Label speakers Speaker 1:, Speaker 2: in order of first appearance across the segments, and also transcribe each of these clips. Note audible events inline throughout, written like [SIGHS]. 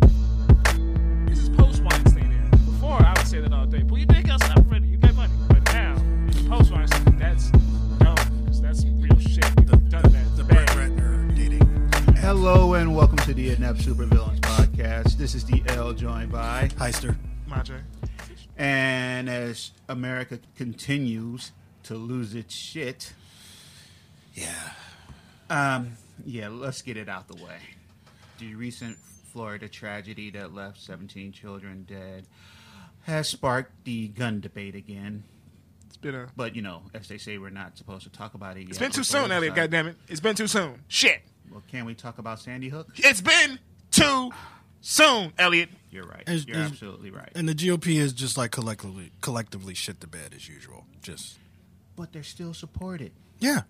Speaker 1: This is post Weinstein era. Before, I would say that all day. But you think us up ready, you get money. But now, in post Weinstein, that's dumb. Because that's real shit. You've done that.
Speaker 2: The Brett
Speaker 1: bad.
Speaker 2: Ratner dating.
Speaker 3: Hello and welcome to the Inept Supervillains podcast. This is DL joined by,
Speaker 2: Heister.
Speaker 1: Madre.
Speaker 3: and as America continues to lose its shit,
Speaker 2: Yeah.
Speaker 3: um, yeah, let's get it out the way. The recent Florida tragedy that left 17 children dead has sparked the gun debate again.
Speaker 1: It's been a.
Speaker 3: But you know, as they say, we're not supposed to talk about it yet.
Speaker 1: It's been too soon, Elliot. Goddamn it! It's been too soon. Shit!
Speaker 3: Well, can we talk about Sandy Hook?
Speaker 1: It's been too soon, Elliot.
Speaker 3: You're right.
Speaker 2: It's-
Speaker 3: You're
Speaker 2: it's-
Speaker 3: absolutely right.
Speaker 2: And the GOP is just like collectively collectively shit the bed as usual. Just
Speaker 3: But they're still supported.
Speaker 2: yeah.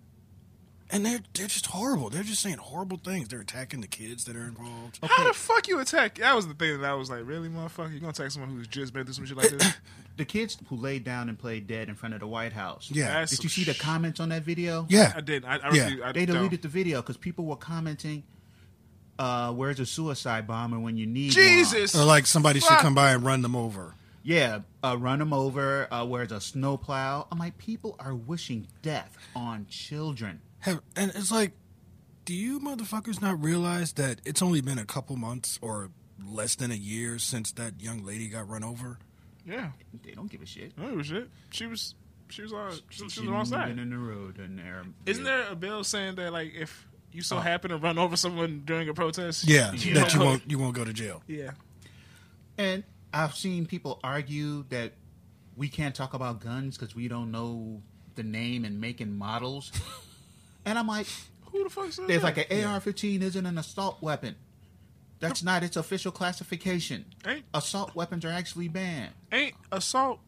Speaker 2: And they're they're just horrible. They're just saying horrible things. They're attacking the kids that are involved.
Speaker 1: How the fuck you attack? That was the thing that I was like, really, motherfucker? You gonna attack someone who's just been through some shit like [COUGHS] this?
Speaker 3: The kids who laid down and played dead in front of the White House.
Speaker 2: Yeah.
Speaker 1: That's-
Speaker 3: Did you see the comments on that video?
Speaker 2: yeah.
Speaker 1: I did. I, I
Speaker 2: Yeah.
Speaker 1: refuse- I
Speaker 3: They
Speaker 1: don't.
Speaker 3: deleted the video because people were commenting, uh, "Where's a suicide bomber when you need one?"
Speaker 1: Jesus.
Speaker 2: Or like somebody should
Speaker 1: Fuck.
Speaker 2: come by and run them over.
Speaker 3: Yeah, uh, run them over. Uh, where's a snowplow? I'm like, people are wishing death on children.
Speaker 2: Have, and it's like, do you motherfuckers not realize that it's only been a couple months or less than a year since that young lady got run over?
Speaker 1: Yeah.
Speaker 3: They don't give a shit.
Speaker 1: I don't give a shit. She was. She was on. She, was on the
Speaker 3: shouldn't
Speaker 1: wrong
Speaker 3: have
Speaker 1: side.
Speaker 3: been in the road and there.
Speaker 1: Isn't there a bill saying that like if you
Speaker 3: Oh.
Speaker 1: so happen to run over someone during a protest?
Speaker 2: Yeah, that
Speaker 1: don't
Speaker 2: you
Speaker 1: go-
Speaker 2: won't you won't go to jail.
Speaker 1: Yeah.
Speaker 3: And I've seen people argue that we can't talk about guns because we don't know the name and make and
Speaker 1: [LAUGHS]
Speaker 3: models. and I'm like,
Speaker 1: Who the fuck said
Speaker 3: there's
Speaker 1: that?
Speaker 3: like an AR-15 isn't an assault weapon. That's not its official classification.
Speaker 1: Ain't-
Speaker 3: Assault weapons are actually banned.
Speaker 1: ain't assault.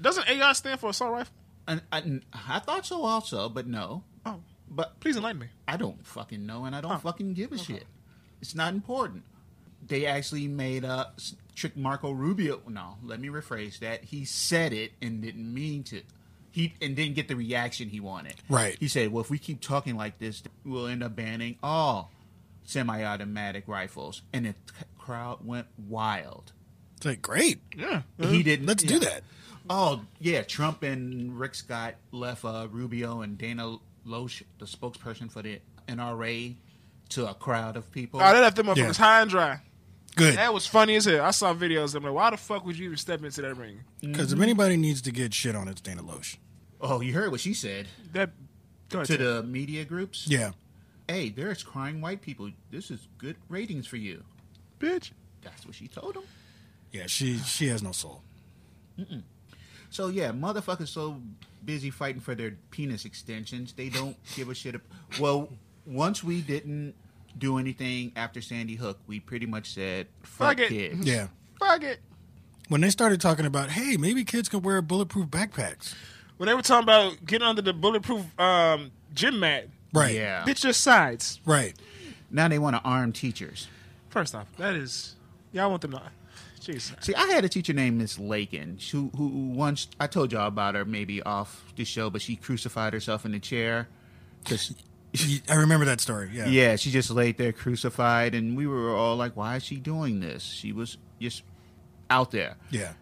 Speaker 1: Doesn't AR stand for assault rifle?
Speaker 3: And I, I thought so also, but no.
Speaker 1: Oh,
Speaker 3: But
Speaker 1: please enlighten me.
Speaker 3: I don't fucking know, and I don't
Speaker 1: Huh.
Speaker 3: fucking give a shit. It's not important. They actually made a trick Marco Rubio. No, let me rephrase that. He said it and didn't mean to. He and didn't get the reaction he wanted.
Speaker 2: Right.
Speaker 3: He said, "Well, if we keep talking like this, we'll end up banning all semi-automatic rifles." And the c- crowd went wild.
Speaker 2: It's like great.
Speaker 1: Yeah.
Speaker 3: He didn't.
Speaker 2: Mm-hmm. Let's
Speaker 3: yeah.
Speaker 2: do that.
Speaker 3: Oh yeah, Trump and Rick Scott left uh, Rubio and Dana Loesch, the spokesperson for the NRA, to a crowd of people.
Speaker 1: Oh, they left them motherfuckers
Speaker 2: Yeah.
Speaker 1: high and dry.
Speaker 2: Good.
Speaker 1: That was funny as hell. I saw videos. I'm like, why the fuck would you even step into that ring?
Speaker 2: Because
Speaker 3: Mm-hmm.
Speaker 2: if anybody needs to get shit on, it's Dana Loesch.
Speaker 3: oh, you heard what she said
Speaker 1: That. Go ahead,
Speaker 3: to
Speaker 1: Ted.
Speaker 3: the media groups.
Speaker 2: Yeah.
Speaker 3: Hey, there's crying white people. This is good ratings for you.
Speaker 1: bitch.
Speaker 3: That's what she told them.
Speaker 2: Yeah, she she has no
Speaker 3: [LAUGHS]
Speaker 2: soul.
Speaker 3: So yeah, motherfuckers so busy fighting for their penis extensions, they don't give a shit. ab- Well, once we didn't do anything after Sandy Hook, we pretty much said fuck,
Speaker 1: Fuck it.
Speaker 3: kids.
Speaker 2: Yeah.
Speaker 1: Fuck it.
Speaker 2: When they started talking about, hey, maybe kids can wear bulletproof backpacks.
Speaker 1: When they were talking about getting under the bulletproof um, gym mat,
Speaker 2: Right.
Speaker 3: Yeah.
Speaker 1: bitch your sides.
Speaker 2: Right.
Speaker 3: Now they want to arm teachers.
Speaker 1: First off, that is y'all want them to. Jeez.
Speaker 3: See, I had a teacher named Miss Lakin, who, who once I told y'all about her maybe off the show, but she crucified herself in the chair. 'Cause-
Speaker 2: You- I remember that story. Yeah.
Speaker 3: yeah, she just laid there crucified, and we were all like, "Why is she doing this?" She was just out there.
Speaker 2: Yeah.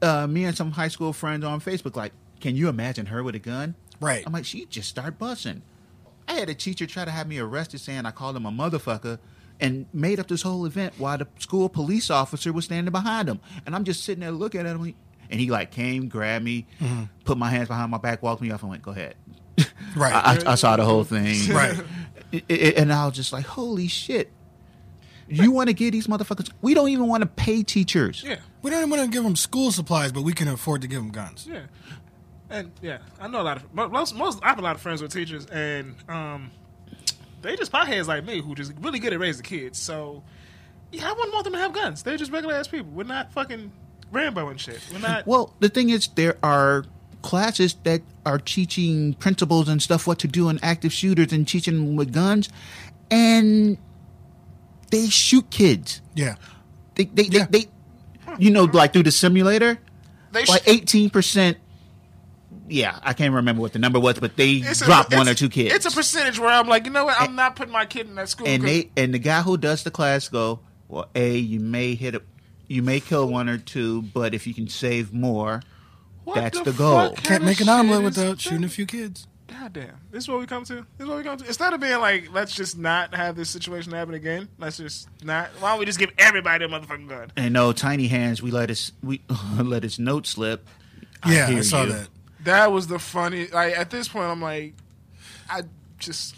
Speaker 3: Uh, me and some high school friends on Facebook, like, can you imagine her with a gun?
Speaker 2: Right.
Speaker 3: I'm like, she just started busting. I had a teacher try to have me arrested, saying I called him a motherfucker, and made up this whole event while the school police officer was standing behind him, and I'm just sitting there looking at him, and he like came, grabbed me,
Speaker 2: Mm-hmm.
Speaker 3: put my hands behind my back, walked me off, and went, "Go ahead."
Speaker 2: Right.
Speaker 3: I, I, I saw the whole thing,
Speaker 2: [LAUGHS] Right.
Speaker 3: I- I- and I was just like, "Holy shit." You want to give these motherfuckers? We don't even want to pay teachers.
Speaker 1: Yeah.
Speaker 2: we don't want to give them school supplies, but we can afford to give them guns.
Speaker 1: Yeah, and yeah, I know a lot of mo- most. Most I have a lot of friends with teachers, and um, they just potheads like me who just really good at raising kids. So yeah, I wouldn't want them to have guns. They're just regular ass people. We're not fucking Rambo and shit. We're not.
Speaker 3: Well, the thing is, there are classes that are teaching principals and stuff what to do in active shooters and teaching them with guns, and they shoot kids.
Speaker 2: Yeah.
Speaker 3: They they
Speaker 2: Yeah.
Speaker 3: they, they you know like through the simulator,
Speaker 1: They sh-
Speaker 3: like eighteen percent. Yeah, I can't remember what the number was, but they
Speaker 1: It's a-
Speaker 3: dropped one or
Speaker 1: it's-
Speaker 3: two kids.
Speaker 1: It's a percentage where I'm like, you know what? I'm not putting my kid in that school.
Speaker 3: and
Speaker 1: 'cause-
Speaker 3: they and the guy who does the class go, well, a you may hit a, you may kill one or two, but if you can save more,
Speaker 1: What
Speaker 3: that's the,
Speaker 1: fuck
Speaker 3: goal.
Speaker 1: kind
Speaker 2: Can't
Speaker 1: of
Speaker 2: make an
Speaker 1: shit
Speaker 2: omelet
Speaker 1: is
Speaker 2: without
Speaker 1: that?
Speaker 2: shooting a few kids.
Speaker 1: Goddamn, this is what we come to. This is what we come to. Instead of being like, let's just not have this situation happen again. Let's just not. Why don't we just give everybody a motherfucking gun?
Speaker 3: And no, tiny hands. We let us we [LAUGHS] let his note slip.
Speaker 2: Yeah, I,
Speaker 3: hear
Speaker 2: saw
Speaker 3: you.
Speaker 2: that.
Speaker 1: That was the funny. Like at this point, I'm like, I just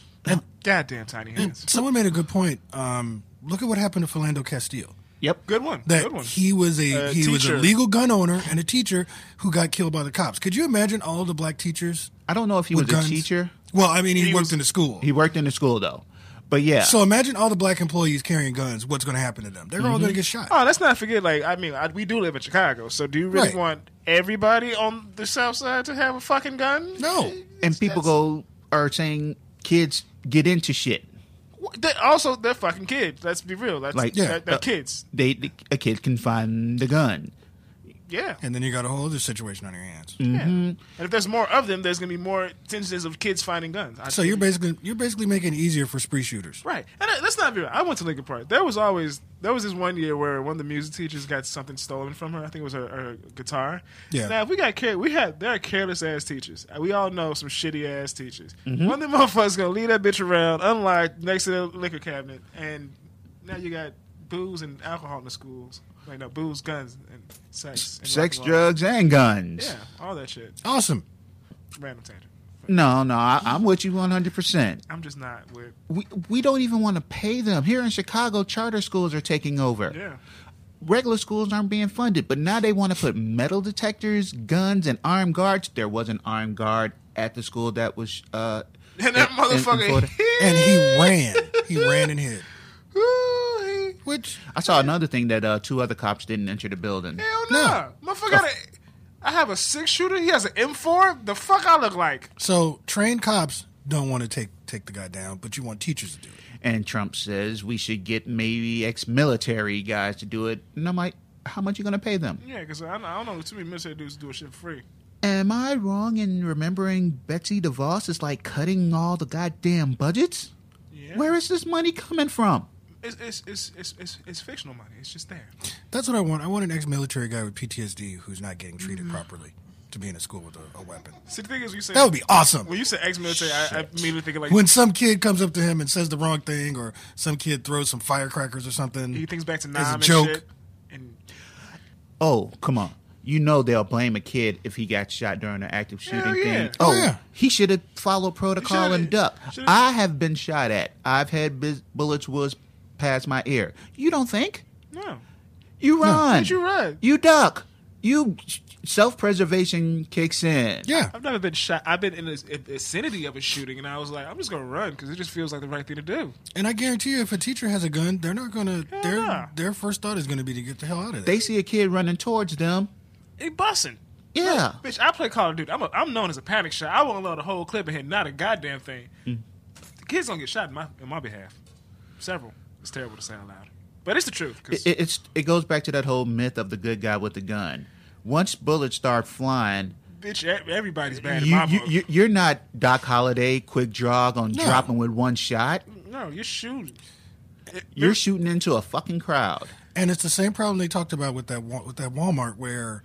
Speaker 1: goddamn tiny hands.
Speaker 2: Someone made a good point. Um, look at what happened to Philando Castillo.
Speaker 3: Yep.
Speaker 1: Good one.
Speaker 2: That
Speaker 1: good one.
Speaker 2: he was a
Speaker 1: A
Speaker 2: he was a
Speaker 1: teacher.
Speaker 2: legal gun owner and a teacher who got killed by the cops. Could you imagine all the black teachers
Speaker 3: I don't know if he
Speaker 2: with
Speaker 3: was
Speaker 2: guns?
Speaker 3: a teacher.
Speaker 2: Well, I mean, he,
Speaker 1: He
Speaker 2: worked
Speaker 1: was-
Speaker 2: in a school.
Speaker 3: He worked in the school though. But yeah,
Speaker 2: So imagine all the black employees carrying guns. What's going to happen to them? They're all going to get shot.
Speaker 1: Oh, let's not forget. Like, I mean, I, we do live in Chicago, so do you really
Speaker 2: Right.
Speaker 1: want everybody on the South Side to have a fucking gun?
Speaker 2: no,
Speaker 3: and people go are saying kids get into shit.
Speaker 1: Wh- They, also, they're fucking kids. Let's be real. That's,
Speaker 3: Like,
Speaker 1: like,
Speaker 2: Yeah.
Speaker 1: they're, they're
Speaker 3: uh,
Speaker 1: kids.
Speaker 3: They a kid can find the gun.
Speaker 1: Yeah.
Speaker 2: and then you got a whole other situation on your hands.
Speaker 1: yeah. And if there's more of them, there's gonna be more instances of kids finding guns. I-
Speaker 2: So you're basically you're basically making it easier for spree shooters.
Speaker 1: Right. And I, let's not be real. I went to Lincoln Park. There was always there was this one year where one of the music teachers got something stolen from her. I think it was her, her guitar.
Speaker 2: Yeah.
Speaker 1: Now if we got care, we had there are careless ass teachers. We all know some shitty ass teachers. One of them [LAUGHS] motherfuckers gonna leave that bitch around, unlocked next to the liquor cabinet, and now you got booze and alcohol in the schools. Like no booze, guns, and sex. And
Speaker 3: Sex,
Speaker 1: rock and roll.
Speaker 3: drugs, and guns.
Speaker 1: Yeah, all that shit.
Speaker 2: Awesome.
Speaker 1: Random tangent.
Speaker 3: No, no, I, I'm with you 100. percent
Speaker 1: I'm just not with.
Speaker 3: we we don't even want to pay them. Here in Chicago, charter schools are taking over.
Speaker 1: Yeah. [LAUGHS]
Speaker 3: Regular schools aren't being funded, but now they want to put metal detectors, guns, and armed guards. There was an armed guard at the school that was. Uh,
Speaker 1: And that
Speaker 3: in- in- in
Speaker 1: motherfucker.
Speaker 3: Florida.
Speaker 2: And
Speaker 1: [LAUGHS]
Speaker 2: he ran. He ran and hid.
Speaker 1: Ooh, he-
Speaker 2: Which
Speaker 3: I saw another thing that uh, two other cops didn't enter the building.
Speaker 1: Hell
Speaker 2: No.
Speaker 1: no. Motherfucker got a, I have a six shooter. He has an M4. The fuck I look like?
Speaker 2: so trained cops don't want to take take the guy down, but you want teachers to do it.
Speaker 3: And Trump says we should get maybe ex-military guys to do it. And I'm like, how much you gonna pay them?
Speaker 1: Yeah, because I, I don't know too many military dudes doing shit for free.
Speaker 3: Am I wrong in remembering Betsy DeVos is like cutting all the goddamn budgets?
Speaker 1: Yeah.
Speaker 3: Where is this money coming from?
Speaker 1: It's, it's, it's, it's, it's, it's fictional money. It's just there.
Speaker 2: That's what I want. I want an ex-military guy with PTSD who's not getting treated
Speaker 1: Mm-hmm.
Speaker 2: properly to be in a school with a, a weapon.
Speaker 1: See, the thing is, you say
Speaker 2: That would be awesome.
Speaker 1: when you say ex-military, I, I immediately think of like
Speaker 2: When some kid comes up to him and says the wrong thing, or some kid throws some firecrackers or something,
Speaker 1: he thinks back to
Speaker 2: as
Speaker 1: Nam
Speaker 2: a
Speaker 1: and
Speaker 2: joke.
Speaker 1: shit. And
Speaker 3: Oh, come on. You know they'll blame a kid if he got shot during an active shooting
Speaker 1: Hell yeah.
Speaker 3: thing. Oh,
Speaker 2: yeah.
Speaker 3: he should have followed protocol
Speaker 1: should've-
Speaker 3: and duck.
Speaker 1: should've-
Speaker 3: I have been shot at. I've had biz- bullets was past my ear. You don't think?
Speaker 1: no,
Speaker 3: You run.
Speaker 1: Did you run?
Speaker 3: You duck. You self-preservation kicks in.
Speaker 2: Yeah,
Speaker 1: I've never been shot. I've been in the in the vicinity of a shooting, and I was like, I'm just gonna run because it just feels like the right thing to do.
Speaker 2: and I guarantee you, if a teacher has a gun, they're not gonna.
Speaker 1: Hell
Speaker 2: Their
Speaker 1: nah.
Speaker 2: their first thought is gonna be to get the hell out of there.
Speaker 3: They see a kid running towards them.
Speaker 1: It bussin'.
Speaker 3: Yeah.
Speaker 1: Bitch, I play Call of Duty. I'm, a, I'm known as a panic shot. I won't load a whole clip and hit not a goddamn thing.
Speaker 3: Mm.
Speaker 1: The kids don't get shot in my, in my behalf. Several. It's terrible to say out loud. But it's the truth. 'cause-
Speaker 3: It, it- it's it goes back to that whole myth of the good guy with the gun. Once bullets start flying,
Speaker 1: bitch, e- everybody's bad in
Speaker 3: you,
Speaker 1: my
Speaker 3: you,
Speaker 1: book.
Speaker 3: you you're not Doc Holliday, quick draw on
Speaker 2: No.
Speaker 3: dropping with one shot.
Speaker 1: no, you're shooting.
Speaker 3: You're shooting into a fucking crowd.
Speaker 2: And it's the same problem they talked about with that Wa- with that Walmart where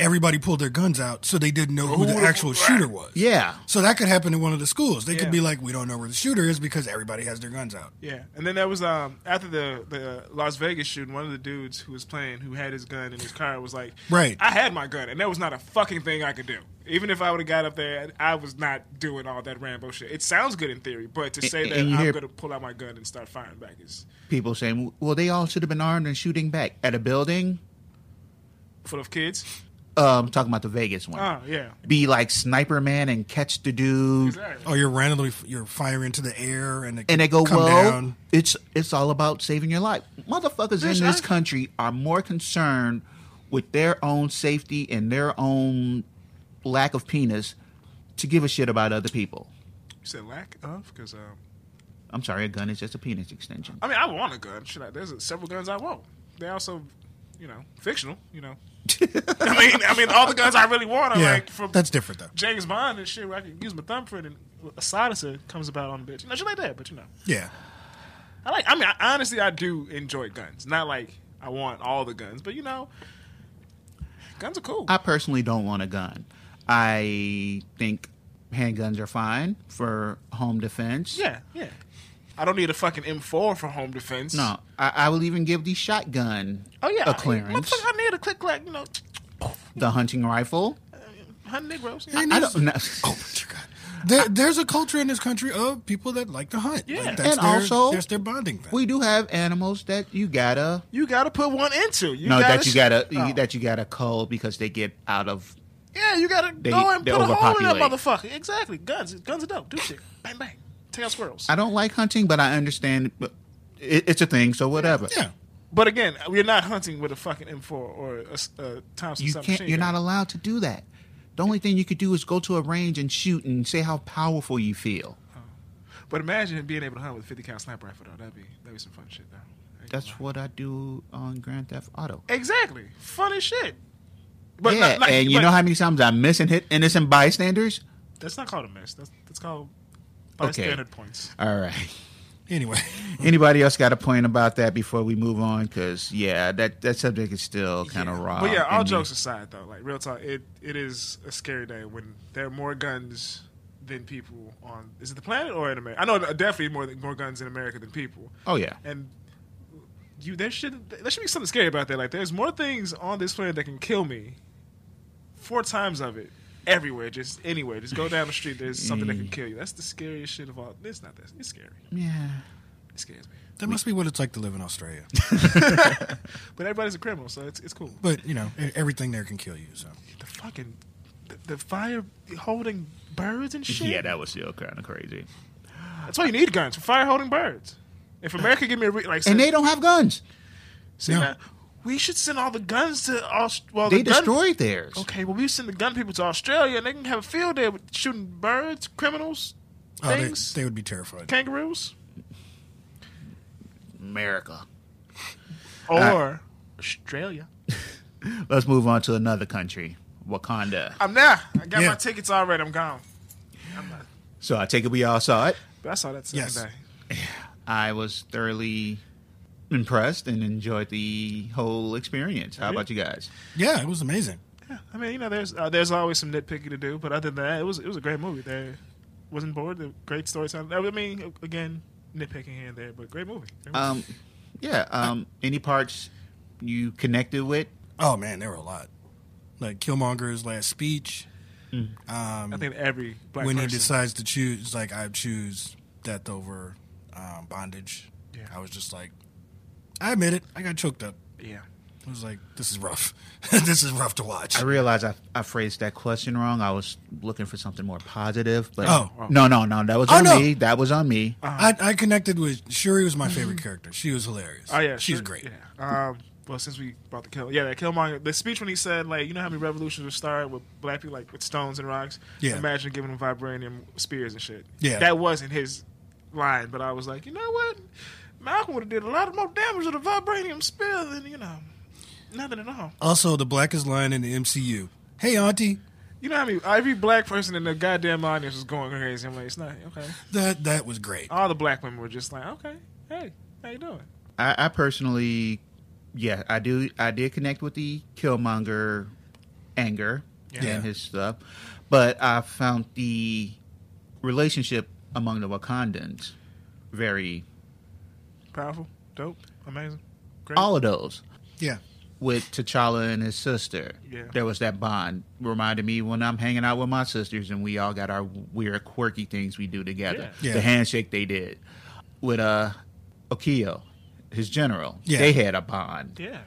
Speaker 2: everybody pulled their guns out, so they didn't know who the
Speaker 1: Who-
Speaker 2: actual shooter was.
Speaker 3: Yeah.
Speaker 2: So that could happen in one of the schools. They
Speaker 1: Yeah.
Speaker 2: could be like, "We don't know where the shooter is because everybody has their guns out."
Speaker 1: Yeah. And then there was, um after the, the Las Vegas shooting, one of the dudes who was playing who had his gun in his car was like,
Speaker 2: Right.
Speaker 1: I had my gun, and there was not a fucking thing I could do. Even if I would have got up there, I was not doing all that Rambo shit. It sounds good in theory, but to say
Speaker 3: and
Speaker 1: that
Speaker 3: you
Speaker 1: I'm
Speaker 3: hear-
Speaker 1: going to pull out my gun and start firing back is
Speaker 3: People saying, well, they all should have been armed and shooting back at a building.
Speaker 1: full of kids.
Speaker 3: Um, talking about the Vegas one.
Speaker 1: Oh, yeah.
Speaker 3: Be like sniper man and catch the dude.
Speaker 1: Exactly.
Speaker 2: Or Oh, you're randomly you're firing into the air, and they,
Speaker 3: And they go,
Speaker 2: come
Speaker 3: well,
Speaker 2: down.
Speaker 3: it's it's all about saving your life. Motherfuckers
Speaker 1: Bitch,
Speaker 3: in this
Speaker 1: I-
Speaker 3: country are more concerned with their own safety and their own lack of penis to give a shit about other people.
Speaker 1: You said lack of because um,
Speaker 3: I'm sorry, a gun is just a penis extension.
Speaker 1: I mean I want a gun. Shit, I, there's several guns I want. They also, you know, fictional.
Speaker 3: [LAUGHS]
Speaker 1: You know, I mean I mean all the guns I really want are
Speaker 2: Yeah,
Speaker 1: like from
Speaker 2: that's different though.
Speaker 1: James Bond and shit where I can use my thumbprint and a silencer comes about on the bitch. You know, shit like that. But you know,
Speaker 2: Yeah,
Speaker 1: I like. I mean, I, honestly, I do enjoy guns. Not like I want all the guns, but you know, guns are cool.
Speaker 3: I personally don't want a gun. I think handguns are fine for home defense.
Speaker 1: yeah, yeah. I don't need a fucking M4 for home defense.
Speaker 3: No, I, I will even give the shotgun
Speaker 1: Oh yeah,
Speaker 3: a clearance.
Speaker 1: Motherfucker, I need a click clack. You know,
Speaker 3: the hunting rifle.
Speaker 1: hunting Negroes.
Speaker 3: I,
Speaker 2: And
Speaker 3: I
Speaker 2: it's-
Speaker 3: don't
Speaker 1: [LAUGHS]
Speaker 3: know.
Speaker 2: Oh my god. There, there's a culture in this country of people that like to hunt.
Speaker 1: Yeah.
Speaker 2: like, that's
Speaker 3: And
Speaker 2: their,
Speaker 3: also-
Speaker 2: that's their bonding thing.
Speaker 3: [LAUGHS] We do have animals that you gotta
Speaker 1: You gotta put one into. You
Speaker 3: no
Speaker 1: gotta
Speaker 3: that you gotta
Speaker 1: oh.
Speaker 3: you, that you gotta cull because they get out of.
Speaker 1: Yeah, you gotta
Speaker 3: They-
Speaker 1: go and
Speaker 3: they
Speaker 1: put a hole in that
Speaker 3: overpopulate.
Speaker 1: motherfucker. Exactly. Guns, guns are dope.
Speaker 3: [LAUGHS]
Speaker 1: Do shit. Bang bang. Take out squirrels.
Speaker 3: I don't like hunting, but I understand. But it, it's a thing, so whatever.
Speaker 2: yeah,
Speaker 1: but again, we're not hunting with a fucking M4 or a, s- a Thompson.
Speaker 3: You
Speaker 1: submachine
Speaker 3: can't. You're
Speaker 1: gun.
Speaker 3: not allowed to do that. The only thing you could do is go to a range and shoot and say how powerful you feel.
Speaker 1: But imagine being able to hunt with a 50 cal sniper rifle though. That'd be that'd be some fun shit though. I ain't
Speaker 3: That's
Speaker 1: gonna
Speaker 3: what I do on Grand Theft Auto.
Speaker 1: lie. exactly funny shit. But
Speaker 3: yeah,
Speaker 1: not, like,
Speaker 3: and you
Speaker 1: but
Speaker 3: know how many times I miss and hit innocent bystanders?
Speaker 1: that's not called a mess. That's that's called
Speaker 3: Okay.
Speaker 1: bystander points.
Speaker 3: All right. [LAUGHS]
Speaker 2: Anyway, [LAUGHS]
Speaker 3: Anybody else got a point about that before we move on? Because yeah, that that subject is still kind of raw.
Speaker 1: But yeah, all
Speaker 3: in me.
Speaker 1: jokes aside though, like real talk, it it is a scary day when there are more guns than people on is it the planet or in America? I know definitely more than- more guns in America than people.
Speaker 3: Oh yeah,
Speaker 1: and you there should there should be something scary about that. Like there's more things on this planet that can kill me. Four times of it, everywhere, just anywhere. Just go down the street. There's something that
Speaker 3: Mm.
Speaker 1: can kill you. That's the scariest shit of all. It's not that. It's scary.
Speaker 3: yeah.
Speaker 1: It scares me.
Speaker 2: that must be what it's like to live in Australia.
Speaker 1: But everybody's a criminal, so it's it's cool.
Speaker 2: But you know, e- everything there can kill you. So
Speaker 1: The fucking the, the fire holding birds and shit.
Speaker 3: Yeah, that was still kind of crazy.
Speaker 1: that's why you need guns for fire holding birds. If America give me a re- like,
Speaker 3: And
Speaker 1: send-
Speaker 3: they don't have guns.
Speaker 1: send
Speaker 2: No.
Speaker 1: out- we should send all the guns to all. Well,
Speaker 3: They
Speaker 1: Oh, the gun-
Speaker 3: destroyed theirs.
Speaker 1: Okay, well, we send the gun people to Australia, and they can have a field day with shooting birds, criminals,
Speaker 2: oh, they,
Speaker 1: things,
Speaker 2: they would be terrified.
Speaker 1: kangaroos,
Speaker 3: America.
Speaker 1: or
Speaker 2: Uh,
Speaker 1: Australia.
Speaker 3: Let's move on to another country, Wakanda.
Speaker 1: I'm there. I got
Speaker 2: Yeah.
Speaker 1: my tickets already. I'm gone.
Speaker 3: So I take it we all saw it.
Speaker 1: But I saw that second
Speaker 2: Yes.
Speaker 1: day.
Speaker 3: I was thoroughly impressed and enjoyed the whole experience. How about you guys?
Speaker 2: Yeah, it was amazing.
Speaker 1: Yeah, I mean, you know, there's uh, there's always some nitpicking to do, but other than that, it was it was a great movie. There wasn't bored. The great storytelling. I mean, again, nitpicking here and there, but great movie. Great movie.
Speaker 3: Um, yeah. Um, any parts you connected with?
Speaker 2: Oh man, there were a lot. Like Killmonger's last speech,
Speaker 1: I think every black
Speaker 2: Um, when
Speaker 1: person.
Speaker 2: he decides to choose, like I choose death over um, bondage.
Speaker 1: Yeah.
Speaker 2: I was just like, I admit it, I got choked up.
Speaker 1: yeah.
Speaker 2: I was like, this is rough. [LAUGHS] this is rough to watch.
Speaker 3: I realized I, I phrased that question wrong. I was looking for something more positive, but
Speaker 2: Oh.
Speaker 3: no, no, no, that was
Speaker 2: Oh,
Speaker 3: on
Speaker 2: no.
Speaker 3: me. That was on me.
Speaker 2: I, I connected with Shuri was my favorite character. She was hilarious.
Speaker 1: Mm-hmm. Oh yeah,
Speaker 2: she's
Speaker 1: sure,
Speaker 2: great.
Speaker 1: Yeah. Um, well, since we brought the kill, yeah, that Killmonger, the speech when he said like, you know how many revolutions were started with black people like with stones and rocks.
Speaker 2: Yeah.
Speaker 1: Imagine giving them vibranium spears and shit.
Speaker 2: Yeah.
Speaker 1: That wasn't his line, but I was like, you know what, Malcolm would have did a lot more damage with a vibranium spear than you know, nothing at all.
Speaker 2: Also, the blackest line in the MCU. Hey, Auntie.
Speaker 1: You know how I mean? Every black person in the goddamn audience was going crazy. I'm like, it's not okay.
Speaker 2: That that was great.
Speaker 1: All the black women were just like, okay, hey, how you doing?
Speaker 3: I, I personally, yeah, I do. I did connect with the Killmonger anger
Speaker 2: Yeah.
Speaker 3: and his stuff, but I found the relationship among the Wakandans very
Speaker 1: Powerful, dope, amazing, great.
Speaker 3: all of those
Speaker 2: Yeah.
Speaker 3: with T'Challa and his sister.
Speaker 1: Yeah.
Speaker 3: There was that bond. Reminded me when I'm hanging out with my sisters and we all got our weird quirky things we do together.
Speaker 2: Yeah. Yeah.
Speaker 3: The handshake they did with uh Okio, his general.
Speaker 2: Yeah.
Speaker 3: They had a bond.
Speaker 1: yeah.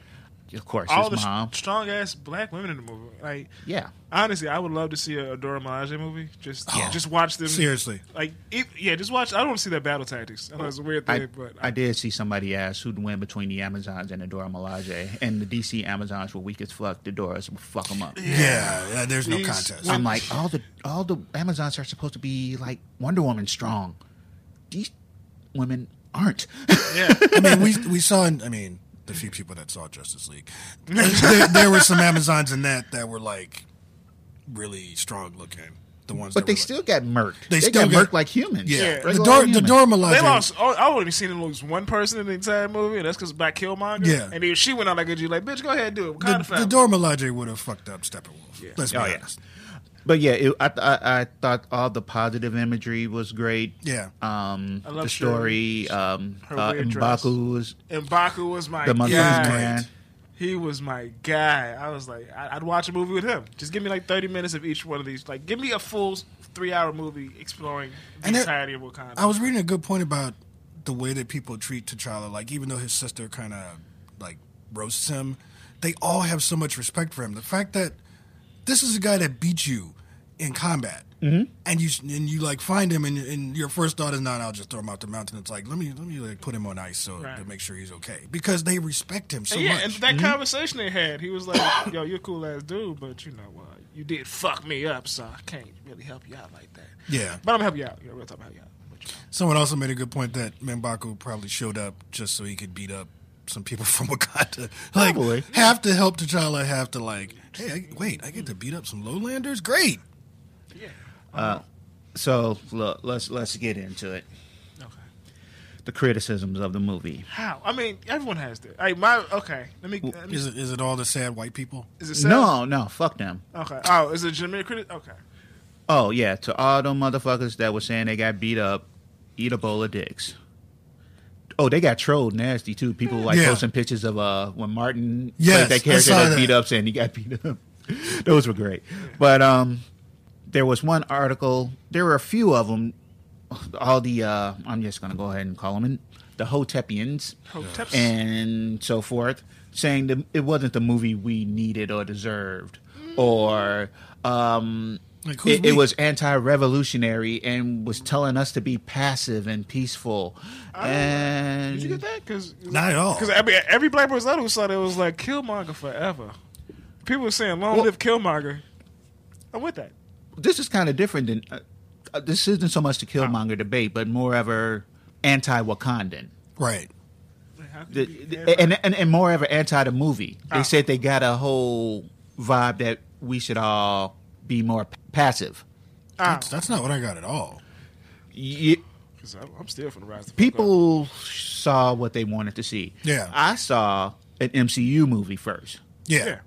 Speaker 3: Of course,
Speaker 1: all
Speaker 3: his
Speaker 1: the
Speaker 3: mom.
Speaker 1: strong ass black women in the movie. Like,
Speaker 3: yeah.
Speaker 1: honestly, I would love to see a Dora Milaje movie. Just,
Speaker 2: Yeah.
Speaker 1: just watch them.
Speaker 2: Seriously.
Speaker 1: Like, it, yeah, just watch. I don't want to see their battle tactics. I know it's a weird thing,
Speaker 3: I,
Speaker 1: but
Speaker 3: I did see somebody ask who'd win between the Amazons and the Dora Milaje, and the DC Amazons were weak as fuck. The Doras would fuck them up.
Speaker 2: Yeah, yeah, there's no
Speaker 1: These-
Speaker 2: contest.
Speaker 3: I'm like, all the all the Amazons are supposed to be like Wonder Woman strong. These women aren't. [LAUGHS]
Speaker 1: yeah,
Speaker 2: I mean, we we saw. in- I mean, the few people that saw Justice League, there, there were some Amazons in that that were like really strong looking. The ones, that
Speaker 3: but they
Speaker 2: were, like-
Speaker 3: still got murked.
Speaker 2: They
Speaker 3: They,
Speaker 2: still
Speaker 3: got
Speaker 2: got-
Speaker 3: murked like humans.
Speaker 2: yeah.
Speaker 1: regular
Speaker 2: The Dor- the
Speaker 3: humans.
Speaker 2: Dora
Speaker 1: They
Speaker 2: Milaje-
Speaker 1: lost. oh, I I only seen them lose one person in the entire movie, and that's because by Killmonger.
Speaker 2: Yeah.
Speaker 1: And then she went out like a G, like, bitch, go ahead and do it.
Speaker 2: the,
Speaker 1: Kind
Speaker 2: the Dora Milaje would have fucked up Steppenwolf. Let's be
Speaker 3: Oh, yeah.
Speaker 2: honest.
Speaker 3: But yeah, it, I, I I thought all the positive imagery was great.
Speaker 2: Yeah.
Speaker 3: Um,
Speaker 1: I love
Speaker 3: the story. Um,
Speaker 1: Her
Speaker 3: uh,
Speaker 1: weird
Speaker 3: M'Baku was
Speaker 1: and Baku was my
Speaker 3: the Muslim
Speaker 2: Yeah.
Speaker 1: guy.
Speaker 3: man.
Speaker 1: He was my guy. I was like, I- I'd watch a movie with him. Just give me like thirty minutes of each one of these. Like, give me a full three-hour movie exploring the
Speaker 2: And there-
Speaker 1: entirety of Wakanda.
Speaker 2: I was reading a good point about the way that people treat T'Challa. Like, even though his sister kind of like roasts him, they all have so much respect for him. The fact that this is a guy that beat you in combat,
Speaker 1: Mm-hmm.
Speaker 2: and you and you like find him, and, and your first thought is not, "I'll just throw him out the mountain." It's like, let me let me like put him on ice so
Speaker 1: Right.
Speaker 2: to make sure he's okay because they respect him so
Speaker 1: And yeah,
Speaker 2: much. Mm-hmm.
Speaker 1: and that conversation they had, he was like, [COUGHS] "Yo, you're a cool ass dude, but you know what? you did fuck me up, so I can't really help you out like that.
Speaker 2: Yeah.
Speaker 1: but I'm gonna help you out. You know, real talk, I'm gonna help you out. But, you know.
Speaker 2: Someone also made a good point that Membaku probably showed up just so he could beat up some people [LAUGHS] from Wakanda. Like,
Speaker 3: Probably.
Speaker 2: have to help T'Challa, have to, like, hey, I, wait, I get to beat up some lowlanders? Great.
Speaker 3: So look, let's let's get into it.
Speaker 1: Okay.
Speaker 3: The criticisms of the movie.
Speaker 1: How? I mean, everyone has this. Like my okay. Let me. Let me
Speaker 2: Is it, is it all the sad white people?
Speaker 1: is it
Speaker 3: No, no, fuck them.
Speaker 1: Seth? Okay. Oh, is it Jamaican critic? Okay.
Speaker 3: Oh yeah, to all them motherfuckers that were saying they got beat up, eat a bowl of dicks. Oh, they got trolled nasty too. People like
Speaker 2: Yeah.
Speaker 3: posting pictures of uh when Martin
Speaker 2: Yes,
Speaker 3: played that
Speaker 2: I
Speaker 3: character
Speaker 2: saw
Speaker 3: that,
Speaker 2: that.
Speaker 3: beat up saying he got beat up. [LAUGHS] Those were great. But um there was one article, there were a few of them all the uh I'm just going to go ahead and call them in, the Hotepians
Speaker 1: Hoteps.
Speaker 3: and so forth, saying that it wasn't the movie we needed or deserved, or um,
Speaker 2: Like, who's
Speaker 3: it, it
Speaker 2: we?
Speaker 3: was anti-revolutionary and was telling us to be passive and peaceful. and
Speaker 1: Did you get that? Because
Speaker 2: Not at all.
Speaker 1: Because I mean, every black person I knew saw that was like Killmonger forever. People were saying, "Long
Speaker 3: Well-
Speaker 1: live Killmonger." I'm with that.
Speaker 3: this is kind of different than uh, uh, this isn't so much the Killmonger debate, but more of a anti-Wakandan.
Speaker 2: Right.
Speaker 1: Like, how could
Speaker 3: The-
Speaker 1: you be-
Speaker 3: the- and, and and more of an anti the movie. They
Speaker 1: Ah.
Speaker 3: said they got a whole vibe that we should all be more p- passive.
Speaker 1: Ah,
Speaker 2: That's, that's not what I got at all.
Speaker 3: Ye-
Speaker 1: 'cause I'm I'm still from the rise. the fuck up.
Speaker 3: people saw what they wanted to see.
Speaker 2: Yeah.
Speaker 3: I saw an MCU movie first.
Speaker 2: Yeah.
Speaker 1: Yeah.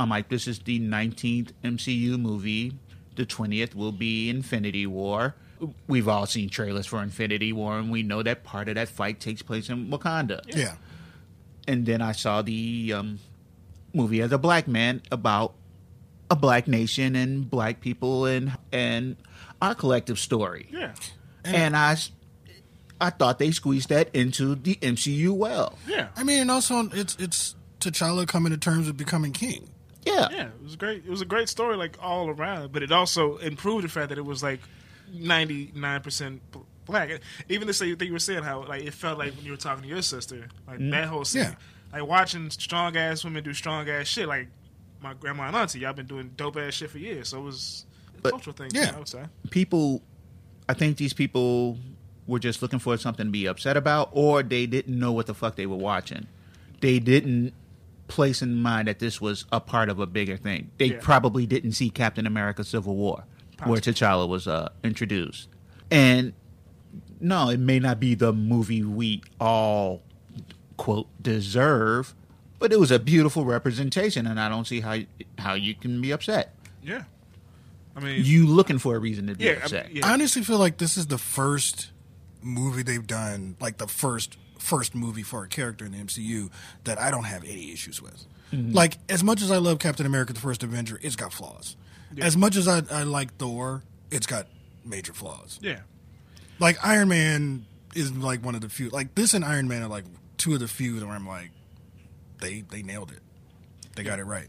Speaker 3: I'm like, this is the 19th MCU movie. The 20th will be Infinity War. We've all seen trailers for Infinity War, and we know that part of that fight takes place in Wakanda.
Speaker 2: Yeah.
Speaker 3: And then I saw the um, movie as a black man about a black nation and black people and and our collective story
Speaker 1: Yeah.
Speaker 3: and I, s- I thought they squeezed that into the MCU well.
Speaker 1: Yeah.
Speaker 2: I mean, and also, it's, it's T'Challa coming to terms with becoming king.
Speaker 3: Yeah,
Speaker 1: Yeah, it was great. It was a great story, like all around. But it also improved the fact that it was like ninety nine percent black. Even the same thing you were saying, how like it felt like when you were talking to your sister, like that whole scene,
Speaker 2: Yeah.
Speaker 1: like watching strong ass women do strong ass shit. Like my grandma and auntie, y'all been doing dope ass shit for years. So it was a
Speaker 3: But-
Speaker 1: cultural thing.
Speaker 2: Yeah.
Speaker 1: I would say.
Speaker 3: people. I think these people were just looking for something to be upset about, or they didn't know what the fuck they were watching. They didn't place in mind that this was a part of a bigger thing. They
Speaker 1: Yeah.
Speaker 3: probably didn't see Captain America: Civil War, where T'Challa was uh, introduced, and no, it may not be the movie we all quote deserve, but it was a beautiful representation, and I don't see how how you can be upset.
Speaker 1: Yeah, I mean,
Speaker 3: You looking for a reason to be
Speaker 1: yeah, I
Speaker 3: upset?
Speaker 1: mean, yeah.
Speaker 2: I honestly feel like this is the first movie they've done, like the first first movie for a character in the MCU that I don't have any issues with. Like as much as I love Captain America: The First Avenger, it's got flaws. As much as I, I like Thor, it's got major flaws.
Speaker 1: yeah.
Speaker 2: Like Iron Man is like one of the few. Like this and Iron Man are like two of the few that where I'm like, they they nailed it. They got it right.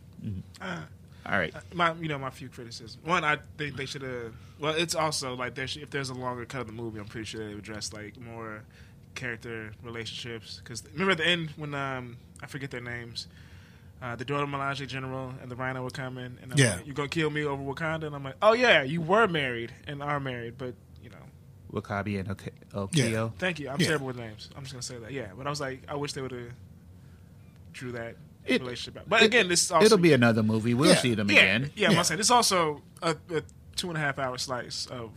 Speaker 3: All right.
Speaker 1: my you know my few criticisms. One, I think they should have. Well, it's also like there should, if there's a longer cut of the movie, I'm pretty sure they addressed like more character relationships. Because remember at the end when um I forget their names, uh, the daughter Melange General and the Rhino were coming, and I'm
Speaker 2: Yeah.
Speaker 1: like, you're gonna kill me over Wakanda, and I'm like, oh yeah, you were married and are married, but you know,
Speaker 3: Wakabi and Ok-
Speaker 2: Yeah.
Speaker 3: Okio.
Speaker 1: thank you. I'm
Speaker 2: Yeah.
Speaker 1: terrible with names. I'm just gonna say that. Yeah, but I was like, I wish they would have drew that.
Speaker 3: It-
Speaker 1: relationship out. But
Speaker 3: It-
Speaker 1: again, this also
Speaker 3: it'll be another movie. We'll
Speaker 2: Yeah.
Speaker 3: see them
Speaker 1: yeah,
Speaker 3: again.
Speaker 1: Yeah, I'm
Speaker 2: Yeah.
Speaker 1: gonna say this also a, a two and a half hour slice of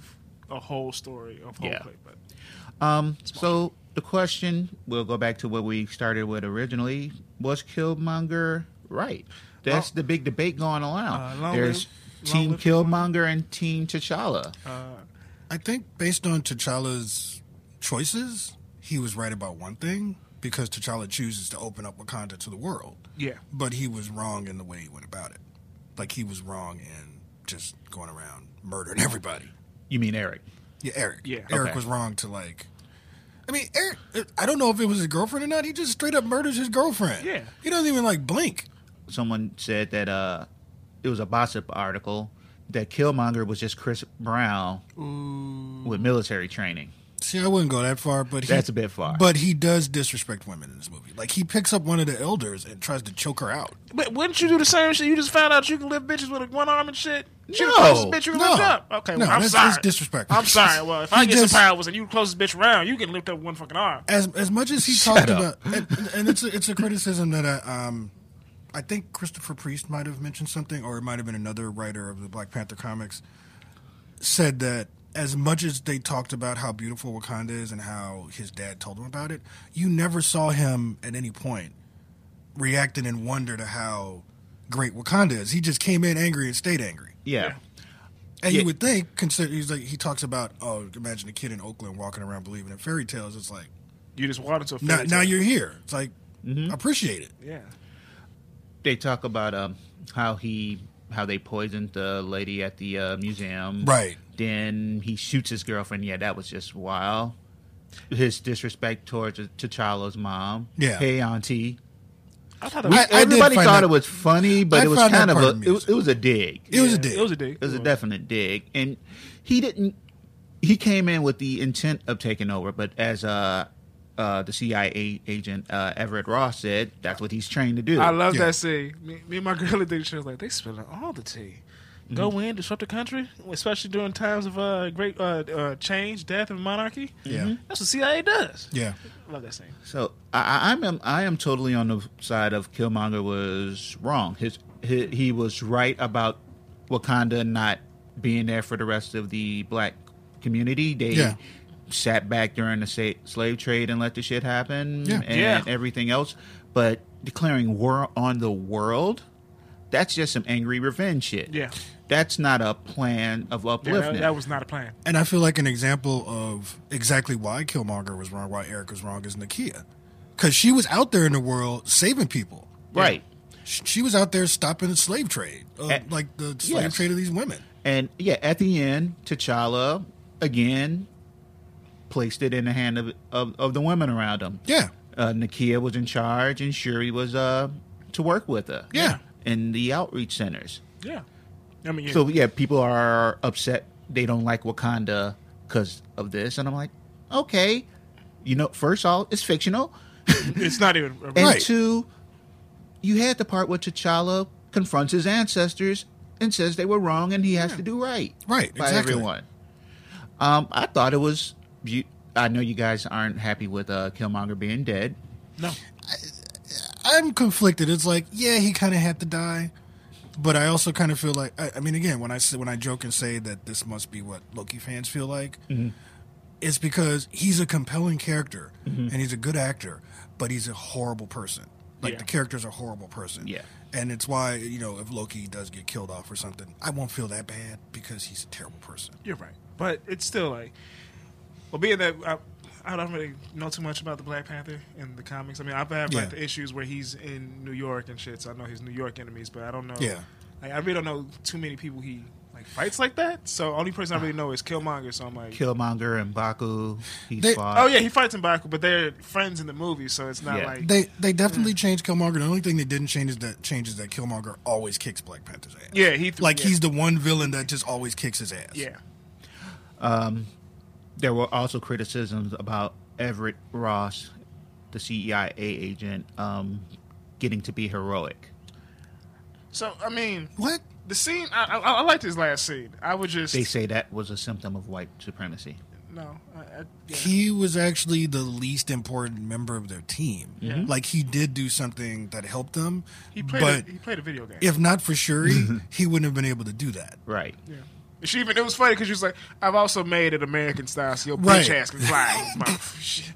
Speaker 1: a whole story of whole
Speaker 3: Yeah.
Speaker 1: play. But
Speaker 3: Um, so the question we'll go back to what we started with originally was Killmonger right? That's
Speaker 1: Long-
Speaker 3: the big debate going around.
Speaker 1: Uh, long
Speaker 3: There's
Speaker 1: live- long
Speaker 3: Team
Speaker 1: live Uh,
Speaker 3: Killmonger and Team T'Challa.
Speaker 2: I think based on T'Challa's choices, he was right about one thing because T'Challa chooses to open up Wakanda to the world.
Speaker 1: yeah,
Speaker 2: But he was wrong in the way he went about it. Like he was wrong in just going around murdering everybody.
Speaker 3: You mean Eric?
Speaker 2: Yeah, Eric.
Speaker 1: Yeah.
Speaker 2: Eric
Speaker 3: Okay.
Speaker 2: was wrong to like. I mean, Eric. I don't know if it was his girlfriend or not. He just straight up murders his girlfriend.
Speaker 1: Yeah.
Speaker 2: He doesn't even like blink.
Speaker 3: Someone said that uh, it was a gossip article that Killmonger was just Chris Brown with military training.
Speaker 2: See, I wouldn't go that far, but he,
Speaker 3: That's a bit far.
Speaker 2: But he does disrespect women in this movie. Like he picks up one of the elders and tries to choke her out.
Speaker 1: but wouldn't you do the same shit? You just found out you can lift bitches with a one arm and shit. She the
Speaker 3: No.
Speaker 1: closest bitch you can
Speaker 2: No.
Speaker 1: lift up. Okay,
Speaker 2: No,
Speaker 1: well, I'm
Speaker 2: that's-
Speaker 1: sorry.
Speaker 2: that's disrespectful.
Speaker 1: I'm sorry.
Speaker 2: [LAUGHS]
Speaker 1: Well, if I
Speaker 2: He
Speaker 1: get
Speaker 2: just-
Speaker 1: some powers and you the closest bitch around, you can lift up one fucking arm.
Speaker 2: As as much as he
Speaker 3: Shut
Speaker 2: talked
Speaker 3: up.
Speaker 2: about, and, and it's a, it's a criticism that I um, I think Christopher Priest might have mentioned something, or it might have been another writer of the Black Panther comics said that as much as they talked about how beautiful Wakanda is and how his dad told him about it, you never saw him at any point reacting in wonder to how great Wakanda is. He just came in angry and stayed angry.
Speaker 3: Yeah.
Speaker 2: And
Speaker 3: Yeah.
Speaker 2: you would think, consider he's like he talks about, oh, imagine a kid in Oakland walking around believing in fairy tales. It's like
Speaker 1: You just walked into a
Speaker 2: now,
Speaker 1: fairy
Speaker 2: now
Speaker 1: tale.
Speaker 2: you're here. It's like appreciate it.
Speaker 1: yeah.
Speaker 3: They talk about um, how he how they poisoned the lady at the uh, museum.
Speaker 2: Right.
Speaker 3: Then he shoots his girlfriend. Yeah, that was just wild. His disrespect towards T'Challa's mom.
Speaker 2: Yeah.
Speaker 3: Hey, auntie.
Speaker 1: I thought
Speaker 2: I-
Speaker 1: that
Speaker 2: did
Speaker 3: Everybody
Speaker 2: find
Speaker 3: thought
Speaker 2: that-
Speaker 3: it was funny, but
Speaker 2: I
Speaker 3: it was
Speaker 2: found that
Speaker 3: kind of
Speaker 2: part
Speaker 3: a it, was-
Speaker 2: amusing.
Speaker 3: it was a dig.
Speaker 2: It was a
Speaker 1: yeah,
Speaker 2: dig.
Speaker 1: It was a dig.
Speaker 3: It was a definite dig, and he didn't. He came in with the intent of taking over, but as uh, uh, the CIA agent uh, Everett Ross said, that's what he's trained to do.
Speaker 1: I love
Speaker 2: Yeah.
Speaker 1: that scene. Me, me and my [LAUGHS] girl did it. She was like, they spilling all the tea.
Speaker 2: Mm-hmm.
Speaker 1: Go in, disrupt the country, especially during times of uh, great uh, uh, change, death, and monarchy.
Speaker 2: Yeah. Mhm.
Speaker 1: that's what CIA does.
Speaker 2: Yeah,
Speaker 1: Love that scene.
Speaker 3: so I, I- I'm am- I am totally on the side of Killmonger was wrong. His, he he was right about Wakanda not being there for the rest of the black community. They
Speaker 2: Yeah.
Speaker 3: sat back during the sa- slave trade and let the shit happen
Speaker 2: Yeah.
Speaker 3: and
Speaker 1: Yeah.
Speaker 3: everything else. But declaring war on the world, that's just some angry revenge shit.
Speaker 1: Yeah.
Speaker 3: That's not a plan of
Speaker 1: Yeah,
Speaker 3: upliftment.
Speaker 1: that, that was not a plan.
Speaker 2: and I feel like an example of exactly why Killmonger was wrong, why Eric was wrong, is Nakia, because she was out there in the world saving people.
Speaker 3: right.
Speaker 2: Sh- She was out there stopping the slave trade, uh,
Speaker 3: Eh,
Speaker 2: like the slave
Speaker 3: yes.
Speaker 2: trade of these women.
Speaker 3: And yeah, at the end, T'Challa again placed it in the hand of of, of the women around him.
Speaker 2: Yeah,
Speaker 3: Uh, Nakia was in charge, and Shuri was uh, to work with her.
Speaker 2: Yeah.
Speaker 3: in the outreach centers.
Speaker 1: Yeah, I mean, yeah.
Speaker 3: So yeah, people are upset they don't like Wakanda because of this, and I'm like, okay, you know, first of all, it's fictional,
Speaker 1: it's not even a-
Speaker 3: and
Speaker 2: Right.
Speaker 3: two, you had the part where T'Challa confronts his ancestors and says they were wrong, and he has to do right,
Speaker 2: Right,
Speaker 3: by
Speaker 2: exactly.
Speaker 3: everyone. Um, I thought it was. beau- I know you guys aren't happy with uh, Killmonger being dead.
Speaker 1: no.
Speaker 2: I'm conflicted. It's like, yeah, he kind of had to die, but I also kind of feel like, I, I mean, again, when I s- when I joke and say that this must be what Loki fans feel like, it's because he's a compelling character and he's a good actor, but he's a horrible person. Like
Speaker 1: Yeah.
Speaker 2: the character's a horrible person.
Speaker 3: Yeah.
Speaker 2: and it's why you know if Loki does get killed off or something, I won't feel that bad because he's a terrible person.
Speaker 1: You're right, but it's still like, well, being that I, I don't really know too much about the Black Panther in the comics. I mean, I've had
Speaker 2: Yeah.
Speaker 1: like the issues where he's in New York and shit, so I know his New York enemies, but I don't know.
Speaker 2: Yeah.
Speaker 1: like, I really don't know too many people he like fights like that. So only person I really know is Killmonger. So I'm like,
Speaker 3: Killmonger and Baku. He
Speaker 2: They-
Speaker 3: fought.
Speaker 1: oh yeah, he fights in Baku, but they're friends in the movie, so it's not
Speaker 3: Yeah.
Speaker 1: like
Speaker 2: They they definitely changed Killmonger. The only thing they didn't change is that changes that Killmonger always kicks Black Panther's ass.
Speaker 1: yeah, he th-
Speaker 2: like
Speaker 1: yeah.
Speaker 2: he's the one villain that just always kicks his ass.
Speaker 1: yeah.
Speaker 3: There were also criticisms about Everett Ross, the CIA agent, um, getting to be heroic.
Speaker 1: So I mean,
Speaker 2: What?
Speaker 1: the scene I, I, I like this last scene. I would just
Speaker 3: They say that was a symptom of white supremacy.
Speaker 1: no. I, I, yeah.
Speaker 2: He was actually the least important member of their team. Like he did do something that helped them.
Speaker 1: He played.
Speaker 2: but
Speaker 1: a, he played a video game.
Speaker 2: if not for [LAUGHS] Shuri, he wouldn't have been able to do that.
Speaker 3: Right.
Speaker 1: Yeah. And She even it was funny because she was like, "I've also made it American style, so your bitch
Speaker 2: Right.
Speaker 1: ass can fly." It's my-
Speaker 3: [LAUGHS]
Speaker 1: shit.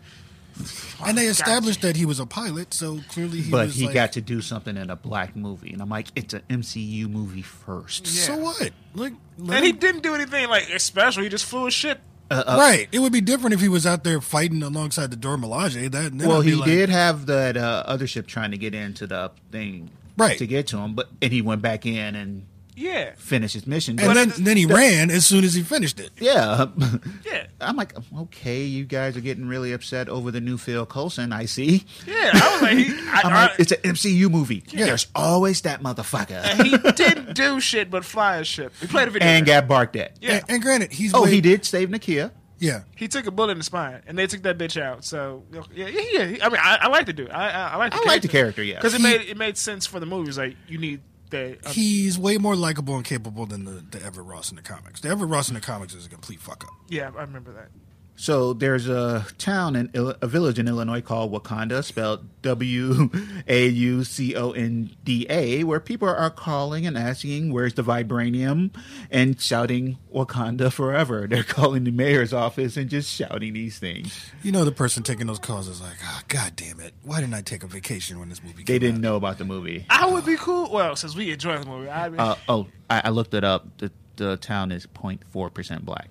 Speaker 2: And they established that he was a pilot, so clearly he
Speaker 3: but
Speaker 2: was
Speaker 3: he
Speaker 2: like,
Speaker 3: got to do something in a black movie, and I'm like, it's an MCU movie first.
Speaker 1: Yeah.
Speaker 2: So what? Like let
Speaker 1: and he
Speaker 2: him-
Speaker 1: didn't do anything like special. He just flew his shit.
Speaker 2: right. It would be different if he was out there fighting alongside the Dora Milaje. That then
Speaker 3: Well,
Speaker 2: I'd be
Speaker 3: he
Speaker 2: like,
Speaker 3: did have that uh, other ship trying to get into the thing,
Speaker 2: Right.
Speaker 3: to get to him, but and he went back in and
Speaker 1: Yeah,
Speaker 3: finished his mission.
Speaker 2: And
Speaker 3: But-
Speaker 2: then, then he ran as soon as he finished it.
Speaker 3: yeah, [LAUGHS]
Speaker 1: yeah,
Speaker 3: I'm like, okay, you guys are getting really upset over the new Phil Coulson. I see.
Speaker 1: yeah. I was like, he, I,
Speaker 3: I'm
Speaker 1: I-
Speaker 3: like, it's an MCU movie.
Speaker 2: Yeah.
Speaker 3: There's always that motherfucker,
Speaker 1: he didn't do shit but fly his ship. He played a video
Speaker 3: and
Speaker 1: game.
Speaker 3: got barked at.
Speaker 1: Yeah.
Speaker 2: And, and granted, he's
Speaker 3: Oh,
Speaker 2: way-
Speaker 3: he did save Nakia.
Speaker 2: Yeah,
Speaker 1: he took a bullet in the spine, and they took that bitch out. So yeah, yeah. yeah. He- I mean, I, I like the dude. I I, I like. The
Speaker 3: I like the character, yeah.
Speaker 1: because it
Speaker 2: He-
Speaker 1: made it made sense for the movies. Like you need that. um,
Speaker 2: he's way more likable and capable than the, the Everett Ross in the comics. The Everett Ross in the comics is a complete fuck up.
Speaker 1: yeah, I remember that.
Speaker 3: So there's a town in Ill- a village in Illinois called Wakanda, spelled W A U C O N D A, where people are calling and asking, "Where's the vibranium?" and shouting "Wakanda forever." [LAUGHS] They're calling the mayor's office and just shouting these things.
Speaker 2: You know, the person taking those calls is like, oh, God damn it! Why didn't I take a vacation when this movie?
Speaker 3: They
Speaker 2: came
Speaker 3: didn't
Speaker 2: out?"
Speaker 3: know about the movie.
Speaker 1: I would be cool. Well, since we enjoy the movie, I mean,
Speaker 3: Uh, oh, I, I looked it up. The, the town is 0.4 percent black,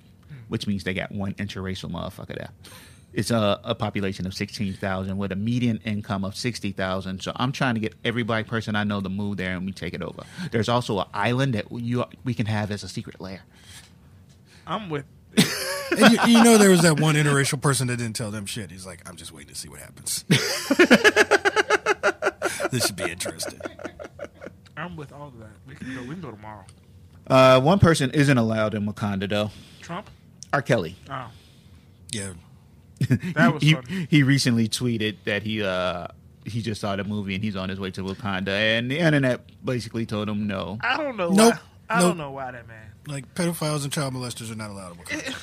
Speaker 3: which means they got one interracial motherfucker there. It's a, a population of sixteen thousand with a median income of sixty thousand. So I'm trying to get every black person I know to move there, and we take it over. There's also an island that you we can have as a secret lair.
Speaker 1: I'm with.
Speaker 2: And you, you know, there was that one interracial person that didn't tell them shit. He's like, I'm just waiting to see what
Speaker 1: [LAUGHS]
Speaker 2: happens. this should be interesting.
Speaker 1: I'm with all of that. We can go. We can go tomorrow.
Speaker 3: Uh, one person isn't allowed in Wakanda though.
Speaker 1: Trump.
Speaker 3: R. Kelly.
Speaker 1: Oh,
Speaker 2: Yeah,
Speaker 1: that was
Speaker 3: he,
Speaker 1: funny.
Speaker 3: he recently tweeted that he uh he just saw the movie and he's on his way to Wakanda, and the internet basically told him no.
Speaker 1: I don't know.
Speaker 2: Nope.
Speaker 1: Why, I
Speaker 2: Nope.
Speaker 1: don't know why that man.
Speaker 2: like pedophiles and child molesters are not allowed to work.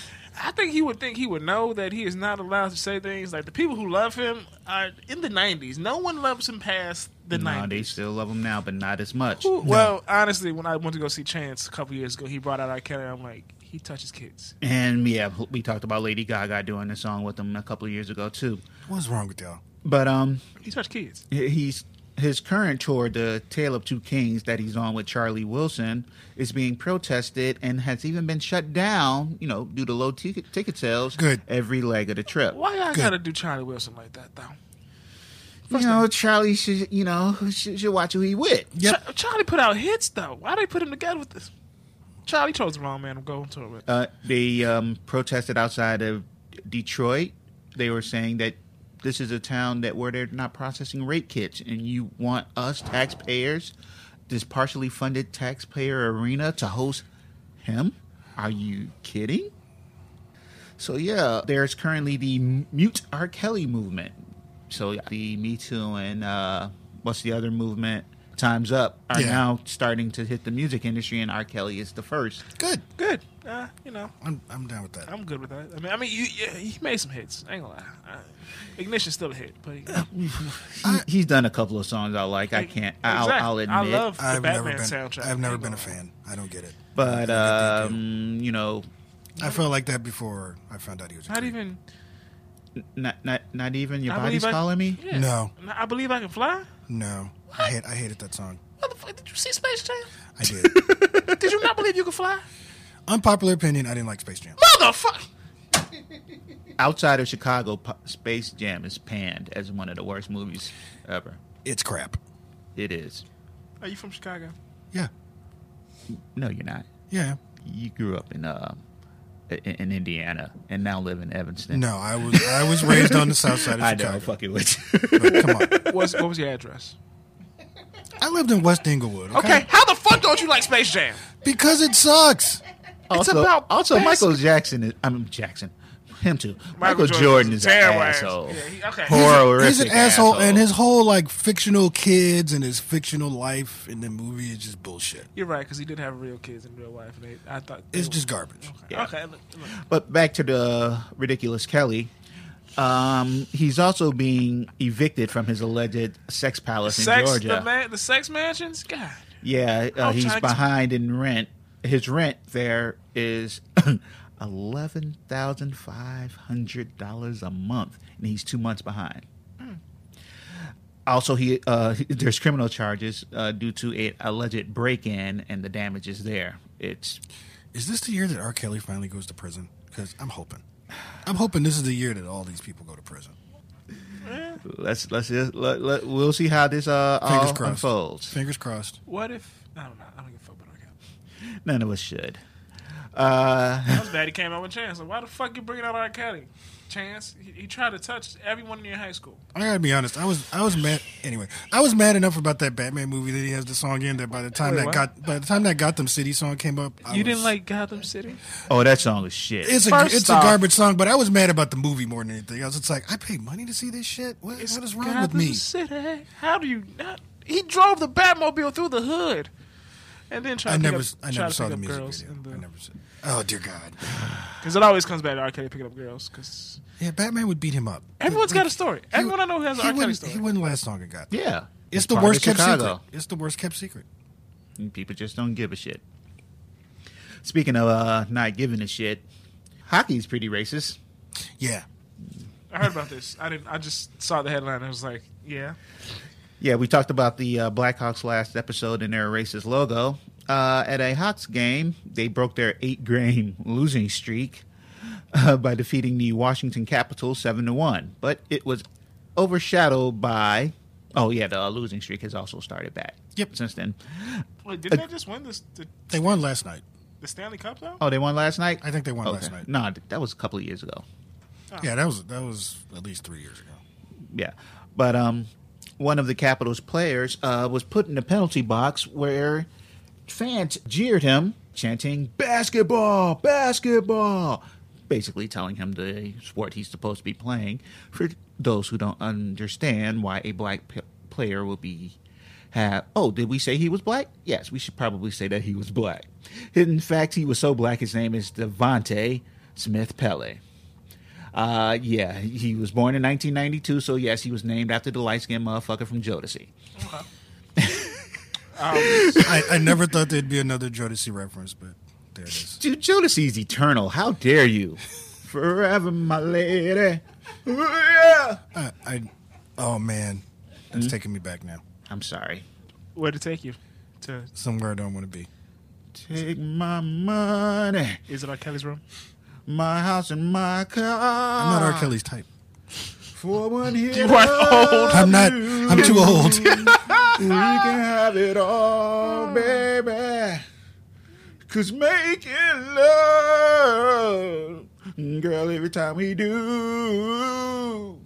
Speaker 1: I think he would think he would know that he is not allowed to say things like the people who love him are in the '90s. No one loves him past the
Speaker 3: No, they
Speaker 1: '90s.
Speaker 3: still love him now, but not as much.
Speaker 1: Who- Well, honestly, when I went to go see Chance a couple years ago, he brought out R. Kelly. I'm like, he touches kids.
Speaker 3: And yeah, we talked about Lady Gaga doing a song with him a couple of years ago too.
Speaker 2: What's wrong with y'all?
Speaker 3: But um,
Speaker 1: He touched kids.
Speaker 3: he's his current tour, the Tale of Two Kings, that he's on with Charlie Wilson, is being protested and has even been shut down. You know, due to low ticket ticket sales.
Speaker 2: Good.
Speaker 3: every leg of the trip.
Speaker 1: Why I
Speaker 2: Good.
Speaker 1: gotta do Charlie Wilson like that though?
Speaker 3: You know, Charlie should you know should, should watch who he with.
Speaker 2: Yep.
Speaker 1: Ch- Charlie put out hits though. Why they put him together with this? Charlie chose the wrong man. I'm going to it. with.
Speaker 3: Uh, they um, protested outside of Detroit. They were saying that this is a town that where they're not processing rape kits, and you want us taxpayers, this partially funded taxpayer arena, to host him? Are you kidding? So yeah, there's currently the mute R. Kelly movement. So the Me Too and uh, what's the other movement? Times Up are
Speaker 2: Yeah.
Speaker 3: now starting to hit the music industry, and R. Kelly is the first.
Speaker 2: Good.
Speaker 1: Good. Uh, you know,
Speaker 2: I'm I'm down with that.
Speaker 1: I'm good with that. I mean, I mean, you, yeah, he made some hits. I ain't gonna lie. Uh, Ignition's still a hit, but
Speaker 3: He- he's done a couple of songs I like. I can't. I'll, I'll
Speaker 1: Exactly.
Speaker 3: admit.
Speaker 1: I love the
Speaker 2: I've
Speaker 1: Batman
Speaker 2: never been.
Speaker 1: soundtrack.
Speaker 2: I've never
Speaker 1: Ain't
Speaker 2: been a
Speaker 1: gonna lie.
Speaker 2: fan. I don't get it. I don't
Speaker 3: but
Speaker 2: get that deal.
Speaker 3: um, you know,
Speaker 2: I felt like that before I found out he was a
Speaker 1: Not
Speaker 2: creep.
Speaker 1: even.
Speaker 3: not not not even your
Speaker 1: I
Speaker 3: body's
Speaker 1: believe I-
Speaker 3: calling me.
Speaker 1: Yeah.
Speaker 2: No.
Speaker 1: I believe I can fly.
Speaker 2: No, I hate I hated that song.
Speaker 1: What the fuck? Did you see Space Jam?
Speaker 2: I did. [LAUGHS]
Speaker 1: Did you not believe you could fly?
Speaker 2: Unpopular opinion. I didn't like Space Jam.
Speaker 1: Motherfucker!
Speaker 3: Outside of Chicago, P- Space Jam is panned as one of the worst movies ever.
Speaker 2: It's crap.
Speaker 3: It is.
Speaker 2: [LAUGHS]
Speaker 1: Are you from Chicago?
Speaker 2: Yeah,
Speaker 3: No, you're not.
Speaker 2: yeah.
Speaker 3: you grew up in uh, in, in Indiana and now live in Evanston.
Speaker 2: No, I was I was raised on the south side of
Speaker 3: [LAUGHS] I know.
Speaker 2: Chicago.
Speaker 3: I'm fucking with you.
Speaker 2: But come on,
Speaker 1: What's, what was your address?
Speaker 2: I lived in West Inglewood.
Speaker 1: Okay, how the fuck don't you like Space Jam?
Speaker 2: because it sucks.
Speaker 3: also,
Speaker 1: about
Speaker 3: also
Speaker 1: best-
Speaker 3: Michael Jackson. Is, I mean Jackson. Him too. Michael, Jordan, is an
Speaker 1: terrible ass.
Speaker 3: asshole.
Speaker 1: Yeah, he- okay.
Speaker 3: Horrific
Speaker 2: He's an asshole, and his whole like fictional kids and his fictional life in the movie is just bullshit.
Speaker 1: You're right, because he did have real kids and real wife, and they, I thought they
Speaker 2: It's
Speaker 1: were-
Speaker 2: just garbage.
Speaker 3: Yeah.
Speaker 1: Okay, look, look.
Speaker 3: But back to the ridiculous Kelly. Um, he's also being evicted from his alleged sex palace in
Speaker 1: sex,
Speaker 3: Georgia.
Speaker 1: the man, the sex mansions. God,
Speaker 3: Yeah, uh,
Speaker 1: I'll
Speaker 3: he's
Speaker 1: try to-
Speaker 3: behind in rent. His rent there is [CLEARS THROAT] eleven thousand five hundred dollars a month, and he's two months behind.
Speaker 1: Hmm.
Speaker 3: Also, he uh, there's criminal charges uh, due to a alleged break-in, and the damage is there. It's
Speaker 2: Is this the year that R. Kelly finally goes to prison? Because I'm hoping, I'm hoping this is the year that all these people go to prison.
Speaker 3: let's let's just, let, let, we'll see how this uh,
Speaker 2: Fingers
Speaker 3: all
Speaker 2: crossed.
Speaker 3: unfolds.
Speaker 2: Fingers crossed.
Speaker 1: what if I don't know? I don't give a fuck about Raquel.
Speaker 3: None of us should. Uh,
Speaker 1: That was bad. He came out with Chance. Like, why the fuck you bringing out R. Kelly? Chance, he, he tried to touch everyone in your high school.
Speaker 2: I gotta be honest. I was I was mad anyway. I was mad enough about that Batman movie that he has the song in that by the time
Speaker 1: Wait,
Speaker 2: that
Speaker 1: what?
Speaker 2: got by the time that Gotham City song came up, I
Speaker 1: you didn't
Speaker 2: was-
Speaker 1: like Gotham City?
Speaker 3: oh, that song is shit.
Speaker 2: It's a
Speaker 1: First
Speaker 2: it's
Speaker 1: off-
Speaker 2: a garbage song, but I was mad about the movie more than anything. I was just like, I paid money to see this shit. What, what is wrong with
Speaker 1: Gotham
Speaker 2: me?
Speaker 1: City. How do you not? He drove the Batmobile through the hood, and then tried.
Speaker 2: I
Speaker 1: to pick
Speaker 2: never
Speaker 1: up,
Speaker 2: I
Speaker 1: tried
Speaker 2: never
Speaker 1: to
Speaker 2: saw
Speaker 1: pick
Speaker 2: the
Speaker 1: up
Speaker 2: music
Speaker 1: girls
Speaker 2: video.
Speaker 1: in the-
Speaker 2: I never saw. Oh dear God!
Speaker 1: Because it always comes back to R. Kelly picking up girls. Because
Speaker 2: Yeah, Batman would beat him up.
Speaker 1: everyone's got a
Speaker 2: Like,
Speaker 1: story.
Speaker 2: he
Speaker 1: Everyone I know has
Speaker 2: he
Speaker 1: an R. Kelly
Speaker 2: wouldn't-
Speaker 1: story.
Speaker 2: He wouldn't last long in Gotham.
Speaker 3: yeah,
Speaker 2: It's, the
Speaker 3: part of
Speaker 2: worst kept
Speaker 3: Chicago.
Speaker 2: secret. It's the worst kept secret.
Speaker 3: And people just don't give a shit. Speaking of uh, not giving a shit, hockey's pretty racist.
Speaker 2: Yeah,
Speaker 1: I heard about this. I didn't. I just saw the headline. and I was like, yeah.
Speaker 3: Yeah, we talked about the uh, Blackhawks last episode and their racist logo. Uh, at a Hawks game, they broke their eight game [LAUGHS] losing streak uh, by defeating the Washington Capitals 7 to 1. But it was overshadowed by. Oh, yeah, the uh, losing streak has also started back.
Speaker 2: Yep.
Speaker 3: Since then.
Speaker 1: Wait, didn't they just win this, the
Speaker 2: they won last night.
Speaker 1: the Stanley Cup though?
Speaker 3: Oh, they won last night?
Speaker 2: I think they won last night.
Speaker 3: No, nah, that was a couple of years ago.
Speaker 1: Oh.
Speaker 2: Yeah, that was that was at least three years ago.
Speaker 3: Yeah, but um, one of the Capitals players uh, was put in the penalty box where fans jeered him, chanting "basketball, basketball," basically telling him the sport he's supposed to be playing. For those who don't understand why a black p- player will be have oh did we say he was black yes we should probably say that he was black in fact he was so black his name is devonte smith pele uh, yeah, he was born in 1992, so yes, he was named after the light skinned motherfucker from Jodeci.
Speaker 2: I, I never thought there'd be another Jodeci reference, but there it is.
Speaker 3: Dude, Jodeci is eternal. How dare you? Forever, my lady. Yeah.
Speaker 2: I, I oh man, it's
Speaker 3: Hmm?
Speaker 2: taking me back now.
Speaker 3: I'm sorry.
Speaker 1: Where'd it take you? To
Speaker 2: Somewhere I don't want to be.
Speaker 3: Take my money,
Speaker 1: is it R. Kelly's room?
Speaker 3: my house, and my car.
Speaker 2: I'm not R. Kelly's type.
Speaker 3: For one hit
Speaker 1: You are old.
Speaker 2: I'm not. I'm
Speaker 3: [LAUGHS]
Speaker 2: too old.
Speaker 3: We
Speaker 2: Ah.
Speaker 3: can have it all, baby. Cause making love, girl, every time we do,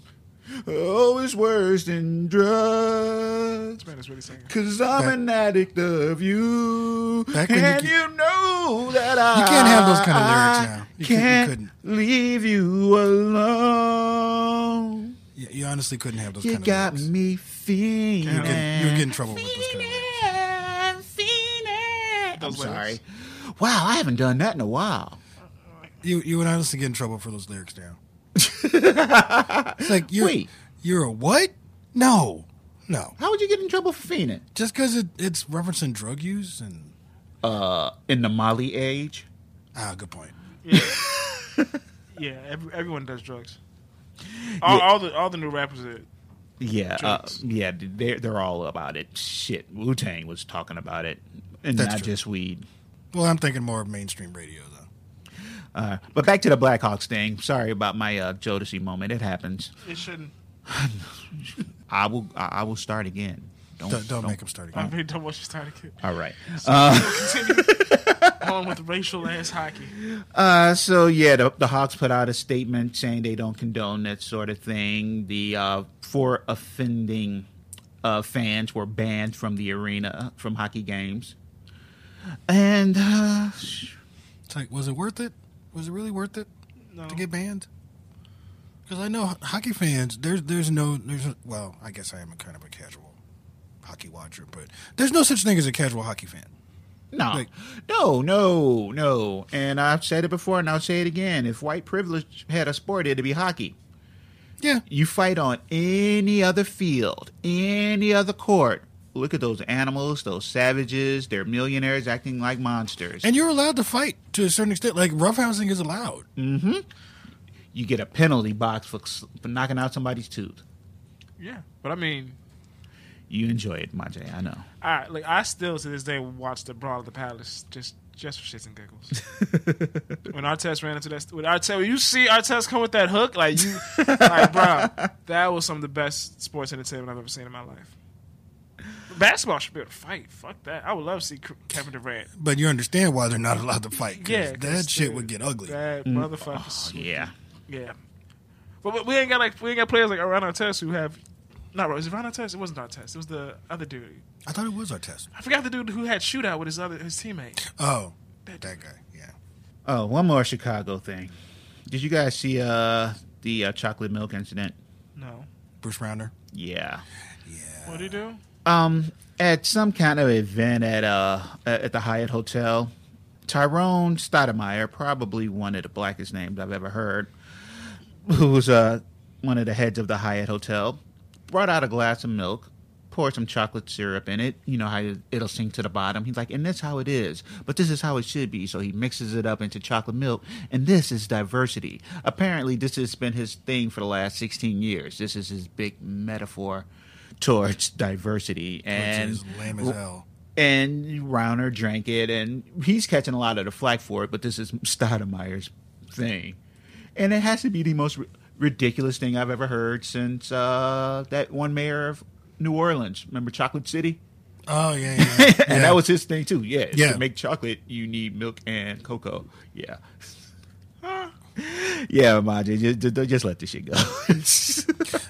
Speaker 3: always worse than drugs.
Speaker 1: This man is really singing.
Speaker 3: Cause I'm
Speaker 2: Back-
Speaker 3: an addict of you,
Speaker 2: Back when you
Speaker 3: and
Speaker 2: ca-
Speaker 3: you, know that I
Speaker 2: can't have those kind of lyrics now. You cou- you
Speaker 3: can't
Speaker 2: couldn't.
Speaker 3: leave you alone.
Speaker 2: [LAUGHS] You, you honestly couldn't have those
Speaker 3: You
Speaker 2: kind of
Speaker 3: got
Speaker 2: lyrics.
Speaker 3: me feeling.
Speaker 2: You would get, you would get in trouble with those kind of lyrics.
Speaker 3: I'm
Speaker 1: Those lyrics.
Speaker 3: sorry. Wow, I haven't done that in a while.
Speaker 2: You you would honestly get in trouble for those lyrics
Speaker 3: [LAUGHS]
Speaker 2: now. it's like you're
Speaker 3: Wait.
Speaker 2: you're a what? No, no.
Speaker 3: How would you get in trouble for fiending?
Speaker 2: Just because it, it's referencing drug use and
Speaker 3: Uh, in the Molly age?
Speaker 2: ah, good point.
Speaker 1: Yeah, every, everyone does drugs. All, all the all the new rappers are
Speaker 3: Yeah, uh,
Speaker 1: Drugs.
Speaker 3: yeah, they're they're all about it. Shit, Wu Tang was talking about it, and
Speaker 2: That's
Speaker 3: not
Speaker 2: true.
Speaker 3: just weed.
Speaker 2: Well, I'm thinking more of mainstream radio though.
Speaker 3: Uh, but back to the Blackhawks thing. Sorry about my uh, Jodeci moment. It happens. [LAUGHS]
Speaker 1: it shouldn't.
Speaker 3: I will. I I will start again. Don't,
Speaker 1: [LAUGHS]
Speaker 2: Don't, don't make them start
Speaker 1: I
Speaker 2: again.
Speaker 1: mean, don't watch you start again.
Speaker 3: All right.
Speaker 1: Continue. on with racial ass hockey.
Speaker 3: Uh, so yeah, the, the Hawks put out a statement saying they don't condone that sort of thing. The uh, for offending uh, fans were banned from the arena from hockey games, and uh,
Speaker 2: It's like, was it worth it? Was it really worth it
Speaker 1: No.
Speaker 2: to get banned? Because I know h- hockey fans. There's there's no there's well, I guess I am a kind of a casual hockey watcher, but there's no such thing as a casual hockey fan.
Speaker 3: No,
Speaker 2: Like-
Speaker 3: no, no, no. And I've said it before, and I'll say it again. If white privilege had a sport, it'd be hockey.
Speaker 2: Yeah,
Speaker 3: You fight on any other field, any other court. Look at those animals, those savages. They're millionaires acting like monsters.
Speaker 2: and you're allowed to fight to a certain extent. Like roughhousing is allowed.
Speaker 3: you get a penalty box for, for knocking out somebody's tooth.
Speaker 1: Yeah, but I mean,
Speaker 3: You enjoy it, Majay. I know. Oh,
Speaker 1: I like I still to this day watch the Brawl of the Palace just just for shits and giggles. when Artest ran into that, when Artest, when you see Artest come with that hook, like you, like bro, that was some of the best sports entertainment I've ever seen in my life. Basketball should be able to fight. Fuck that. I would love to see Kevin Durant.
Speaker 2: But you understand why they're not [LAUGHS] allowed to fight. 'cause
Speaker 1: Yeah, 'cause,
Speaker 2: that shit
Speaker 1: dude,
Speaker 2: would get ugly.
Speaker 1: That motherfucker.
Speaker 3: Yeah.
Speaker 1: Yeah. But, but we ain't got like we ain't got players like Ron Artest who have not was it Ron Artest? It wasn't Artest. It was the other dude.
Speaker 2: I thought it was our test.
Speaker 1: I forgot the dude who had shootout with his other his teammate.
Speaker 2: Oh, that guy. Yeah.
Speaker 3: Oh, one more Chicago thing. Did you guys see uh, the uh, chocolate milk incident?
Speaker 1: No.
Speaker 2: Bruce Rounder.
Speaker 3: Yeah.
Speaker 2: Yeah.
Speaker 1: What do you do?
Speaker 3: um at some kind of event at uh at the Hyatt Hotel, Tyrone Stoudemire, probably one of the blackest names I've ever heard, who's uh one of the heads of the Hyatt Hotel, brought out a glass of milk, poured some chocolate syrup in it. You know how it- it'll sink to the bottom. He's like, and that's how it is, but this is how it should be. So he mixes it up into chocolate milk, and this is diversity. Apparently, this has been his thing for the last 16 years. This is his big metaphor towards diversity and
Speaker 2: Which is lame as hell.
Speaker 3: and Rauner drank it, and he's catching a lot of the flack for it. But this is [LAUGHS] Stoudemire's thing, and it has to be the most ri- ridiculous thing I've ever heard since uh, that one mayor of New Orleans. Remember Chocolate City? [LAUGHS]
Speaker 2: Oh yeah, yeah. yeah.
Speaker 3: and
Speaker 2: Yeah.
Speaker 3: that was his thing too. Yeah,
Speaker 2: Yeah.
Speaker 3: to make chocolate, you need milk and cocoa. Yeah. [LAUGHS] yeah, Maji, just, just, just let this shit go.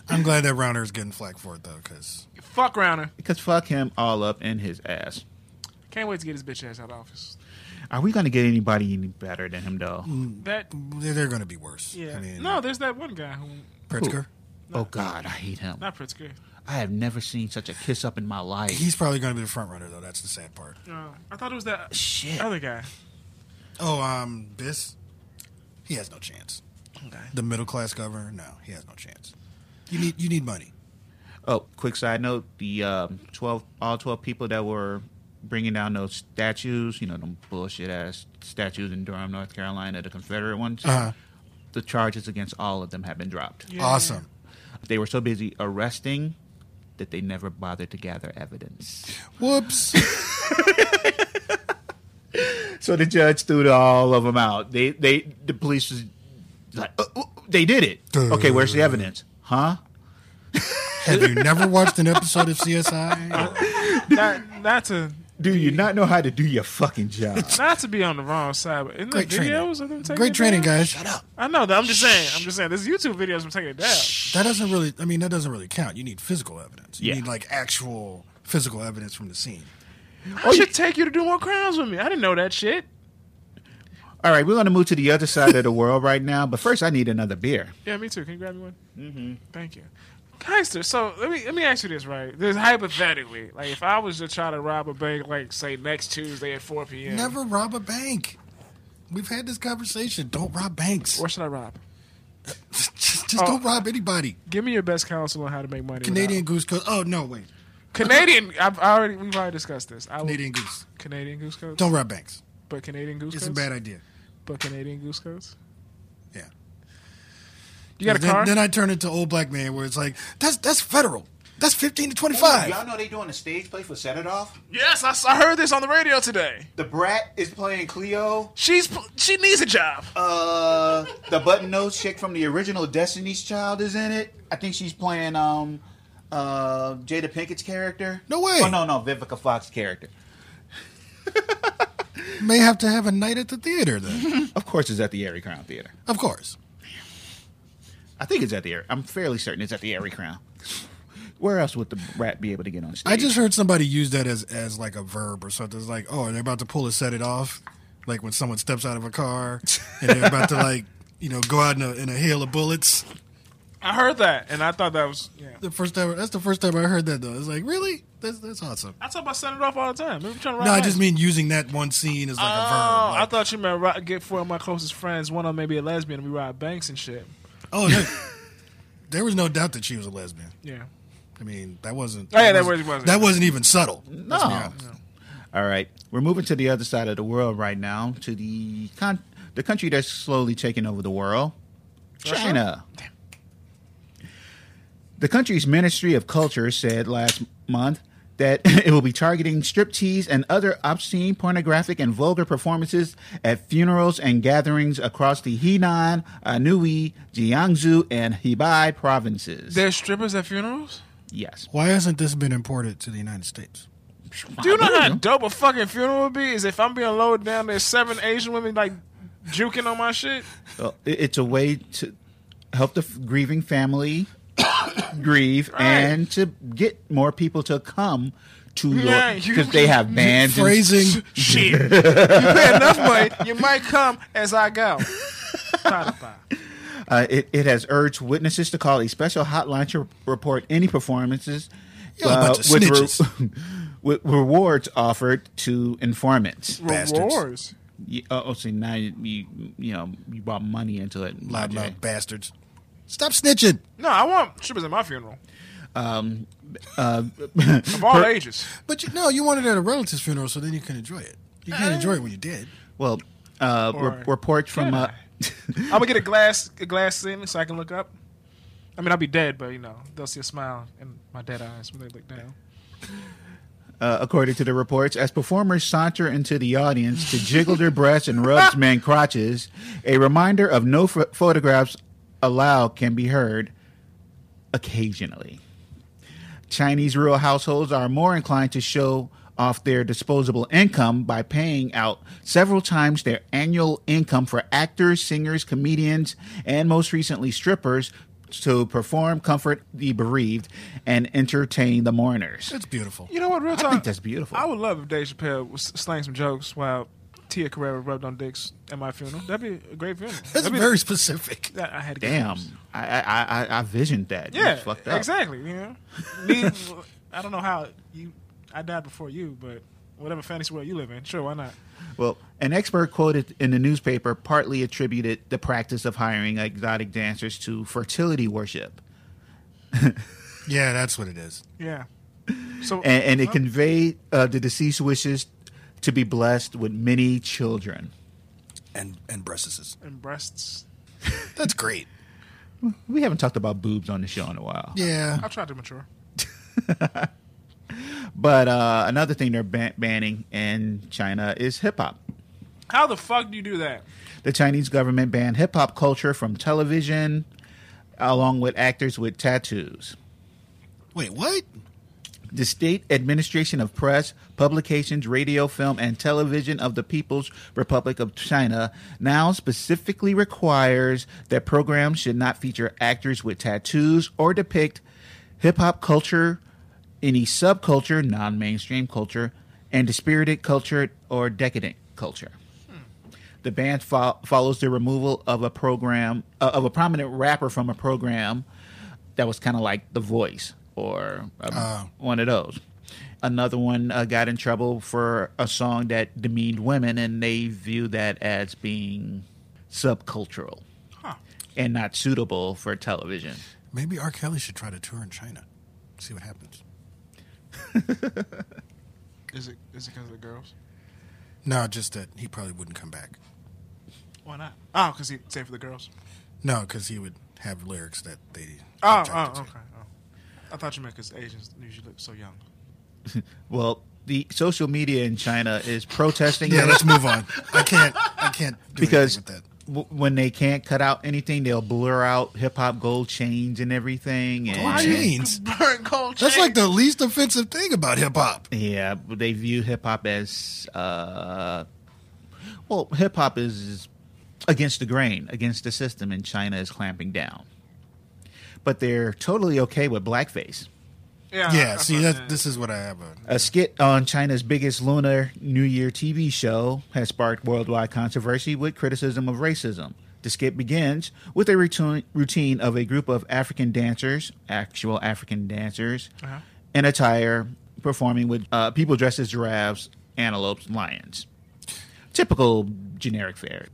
Speaker 3: [LAUGHS]
Speaker 2: I'm glad that Rounder is getting flack for it though, because
Speaker 1: Fuck Rounder.
Speaker 3: Because fuck him all up in his ass.
Speaker 1: Can't wait to get his bitch ass out of office.
Speaker 3: Are we going to get anybody any better than him, though?
Speaker 2: Mm.
Speaker 1: That
Speaker 2: they're, they're going to be worse.
Speaker 1: yeah.
Speaker 2: I mean,
Speaker 1: no, there's that one guy who
Speaker 2: Pritzker.
Speaker 3: Oh, God, I hate him.
Speaker 1: not pretty good.
Speaker 3: I have never seen such a kiss up in my life.
Speaker 2: He's probably going to be the front runner though. That's the sad part.
Speaker 1: No, Uh, I thought it was that [LAUGHS]
Speaker 3: Shit.
Speaker 2: [LAUGHS]
Speaker 1: other guy.
Speaker 2: Oh, um, Biss. He has no chance.
Speaker 1: Okay.
Speaker 2: The middle class governor. No, he has no chance. You need you need money.
Speaker 3: Oh, quick side note: the um, twelve, all twelve people that were bringing down those statues, you know, them bullshit ass statues in Durham, North Carolina, the Confederate ones.
Speaker 2: Uh-huh.
Speaker 3: The charges against all of them have been dropped.
Speaker 1: Yeah.
Speaker 2: Awesome.
Speaker 3: They were so busy arresting that they never bothered to gather evidence.
Speaker 2: Whoops.
Speaker 3: So the judge threw all of them out. They, they, the police was like, "Uh, uh, they did it. Okay, where's the evidence? Huh?
Speaker 2: have you never watched an episode of
Speaker 1: [LAUGHS] Uh,
Speaker 2: CSI?
Speaker 1: not, not to
Speaker 3: Do you not know how to do your fucking job?
Speaker 1: not to be on the wrong side, but in the
Speaker 2: Great training.
Speaker 1: videos of them taking
Speaker 2: Great
Speaker 1: it
Speaker 2: training,
Speaker 1: down?
Speaker 2: guys. Shut up.
Speaker 1: I know that. I'm just saying. I'm just saying. There's YouTube videos from taking
Speaker 2: [LAUGHS]
Speaker 1: it down.
Speaker 2: That doesn't really. I mean, that doesn't really count. You need physical evidence. You
Speaker 3: Yeah.
Speaker 2: need like actual physical evidence from the scene.
Speaker 3: Oh,
Speaker 1: I should take you to do more crimes with me. I didn't know that shit.
Speaker 3: All right, we're going to move to the other side of the world right now, but first I need another beer.
Speaker 1: Yeah, me too. Can you grab me one? Mm-hmm. Thank you, Keister. So let me let me ask you this, right? This hypothetically, like if I was to try to rob a bank, like say next Tuesday at 4 p.m.
Speaker 2: Never rob a bank. We've had this conversation. Don't rob banks.
Speaker 1: Or should I rob?
Speaker 2: just
Speaker 1: Oh.
Speaker 2: just don't rob anybody.
Speaker 1: Give me your best counsel on how to make money.
Speaker 2: Canadian Goose Coast. Oh no, wait.
Speaker 1: without- Canadian. I've already we've already discussed this. I would-
Speaker 2: Canadian Goose.
Speaker 1: Canadian goose coats.
Speaker 2: Don't rob banks.
Speaker 1: But Canadian goose
Speaker 2: It's a
Speaker 1: coats.
Speaker 2: bad idea.
Speaker 1: But Canadian goose coats.
Speaker 2: Yeah.
Speaker 1: You got a
Speaker 2: then,
Speaker 1: car?
Speaker 2: then I turn into old black man where it's like that's that's federal. That's fifteen to twenty
Speaker 1: Oh
Speaker 2: five.
Speaker 3: know they doing a stage play for Set It Off?
Speaker 1: yes, I, s- I heard this on the radio today.
Speaker 3: The brat is playing Cleo.
Speaker 1: She's pl- she needs a job.
Speaker 3: Uh, the button nose chick from the original Destiny's Child is in it. I think she's playing um, uh, Jada Pinkett's character.
Speaker 2: No way.
Speaker 3: Oh no, no, Vivica Fox character.
Speaker 2: may have to have a night at the theater
Speaker 1: [LAUGHS]
Speaker 2: then.
Speaker 3: Of course, it's at the Airy Crown Theater.
Speaker 2: of course.
Speaker 3: I think it's at the Airy. I'm fairly certain it's at the Airy Crown. Where else would the rat be able to get on stage?
Speaker 2: I just heard somebody use that as as like a verb or something. It's like, oh, they're about to pull a set it off, like when someone steps out of a car and they're about to like [LAUGHS] you know go out in a, in a hail of bullets.
Speaker 1: I heard that, and I thought that was. Yeah.
Speaker 2: The first time that's the first time I heard that though. It's like really that's that's awesome.
Speaker 1: I talk about setting it off all the time. Maybe I'm trying to
Speaker 2: No, I
Speaker 1: ride
Speaker 2: just
Speaker 1: bikes.
Speaker 2: mean using that one scene as like a
Speaker 1: Oh,
Speaker 2: verb.
Speaker 1: I
Speaker 2: Like,
Speaker 1: thought you meant ri get four of my closest friends. One of them maybe a lesbian, and we ride banks and shit.
Speaker 2: oh, there, [LAUGHS] there was no doubt that she was a lesbian.
Speaker 1: Yeah.
Speaker 2: I mean, that wasn't.
Speaker 1: Oh, yeah, that
Speaker 2: wasn't-
Speaker 1: wasn't-
Speaker 2: That wasn't even subtle. Let's be
Speaker 3: No.
Speaker 2: honest.
Speaker 3: All right, we're moving to the other side of the world right now, to the con- the country that's slowly taking over the world, China. The country's Ministry of Culture said last month that [LAUGHS] it will be targeting striptease and other obscene, pornographic, and vulgar performances at funerals and gatherings across the Henan, Anhui, Jiangsu, and Hebei provinces.
Speaker 1: There's strippers at funerals?
Speaker 3: yes.
Speaker 2: Why hasn't this been imported to the United States?
Speaker 1: Do you know how dope a fucking funeral would be? Is if I'm being lowered down, there's seven Asian women like juking on my shit.
Speaker 3: Well, Uh, it- it's a way to help the f- grieving family [COUGHS] grieve and to get more people to come to your
Speaker 1: Right, you-
Speaker 3: because they have bands. and-
Speaker 1: [LAUGHS]
Speaker 2: Phrasing.
Speaker 1: Shit. you pay enough money, you might come as
Speaker 3: [LAUGHS]
Speaker 1: I go. Spotify.
Speaker 3: uh, it, it has urged witnesses to call a special hotline to report any performances
Speaker 2: You're
Speaker 3: uh,
Speaker 2: a bunch of
Speaker 3: with,
Speaker 2: snitches.
Speaker 3: [LAUGHS] with rewards offered to informants.
Speaker 2: Bastards.
Speaker 1: Rewards.
Speaker 3: You- oh, oh, see now you you you know you brought money into it. Jay.
Speaker 2: Loudmouth bastards. Stop snitching.
Speaker 1: No, I want strippers at my funeral.
Speaker 3: Um,
Speaker 1: [LAUGHS] Of all ages.
Speaker 2: But you, no, you wanted it at a relative's funeral, so then you can enjoy it. You can't enjoy it when you're dead.
Speaker 3: well, uh,
Speaker 1: Or
Speaker 3: re- reports from uh, [LAUGHS]
Speaker 1: I'm gonna get a glass a glass ceiling so I can look up. I mean I'll be dead, but you know, they'll see a smile in my dead eyes when they look down.
Speaker 3: uh, according to the reports. As performers saunter into the audience to jiggle their breasts and rub men crotches, a reminder of no ph photographs allowed can be heard occasionally. Chinese rural households are more inclined to show off their disposable income by paying out several times their annual income for actors, singers, comedians, and most recently strippers to perform, comfort the bereaved, and entertain the mourners.
Speaker 2: That's beautiful.
Speaker 1: You know what, real
Speaker 3: I
Speaker 1: talk.
Speaker 3: think that's beautiful.
Speaker 1: I would love if Dave Chappelle was slang some jokes while Tia Carrera rubbed on dicks at my funeral. That'd be a great funeral.
Speaker 2: That's
Speaker 1: That'd be
Speaker 2: very
Speaker 1: [LAUGHS]
Speaker 2: specific.
Speaker 1: that I had to get
Speaker 3: Damn,
Speaker 1: used.
Speaker 3: I I I, I visioned that.
Speaker 1: Yeah,
Speaker 3: It's fucked up.
Speaker 1: exactly.
Speaker 2: [LAUGHS]
Speaker 1: You know, me. I don't know how you. I died before you, but whatever fantasy world you live in, sure, why not?
Speaker 3: Well, an expert quoted in the newspaper partly attributed the practice of hiring exotic dancers to fertility worship,
Speaker 2: Yeah, that's what it is.
Speaker 1: Yeah. So
Speaker 3: and, and it
Speaker 1: well,
Speaker 3: conveyed uh, the deceased wishes to be blessed with many children.
Speaker 2: And and breastises.
Speaker 1: and breasts.
Speaker 2: That's great.
Speaker 3: We haven't talked about boobs on the show in a while.
Speaker 2: Yeah.
Speaker 1: I tried to mature.
Speaker 3: But uh, another thing they're ban- banning in China is hip hop.
Speaker 1: How the fuck do you do that?
Speaker 3: The Chinese government banned hip hop culture from television, along with actors with tattoos.
Speaker 2: Wait, what?
Speaker 3: the State Administration of Press, Publications, Radio, Film, and Television of the People's Republic of China now specifically requires that programs should not feature actors with tattoos or depict hip hop culture, any subculture, non mainstream culture, and dispirited culture or decadent culture. The ban fo- follows the removal of a program uh, of a prominent rapper from a program that was kind of like The Voice or um,
Speaker 2: Ah.
Speaker 3: one of those. Another one uh, got in trouble for a song that demeaned women, and they view that as being subcultural and not suitable for television.
Speaker 2: Maybe R. Kelly should try to tour in China. See what happens.
Speaker 1: Is it is it because of the girls?
Speaker 2: No, just that he probably wouldn't come back.
Speaker 1: Why not? Oh, because he saved for the girls.
Speaker 2: No, because he would have lyrics that they.
Speaker 1: Oh,
Speaker 2: objected
Speaker 1: oh,
Speaker 2: to.
Speaker 1: okay. Oh. I thought you meant because Asians usually look so young.
Speaker 3: Well, the social media in China is protesting
Speaker 2: Yeah, let's
Speaker 3: this
Speaker 2: move on. I can't. I can't do
Speaker 3: because
Speaker 2: anything with that.
Speaker 3: w- when they can't cut out anything, they'll blur out hip hop gold chains and everything. And,
Speaker 2: Gold chains.
Speaker 1: [LAUGHS] Burn cold.
Speaker 2: That's like the least
Speaker 1: [LAUGHS]
Speaker 2: offensive thing about hip hop.
Speaker 3: Yeah, but they view hip hop as uh, Well, hip hop is, is against the grain, against the system, and China is clamping down. But they're totally okay with blackface.
Speaker 1: Yeah,
Speaker 2: yeah, see,
Speaker 1: that's
Speaker 2: that, this is what I have. A,
Speaker 3: A skit on China's biggest lunar New Year TV show has sparked worldwide controversy with criticism of racism. The skit begins with a routine routine of a group of African dancers, actual African dancers, in attire performing with uh, people dressed as giraffes, antelopes, lions. Typical generic fare.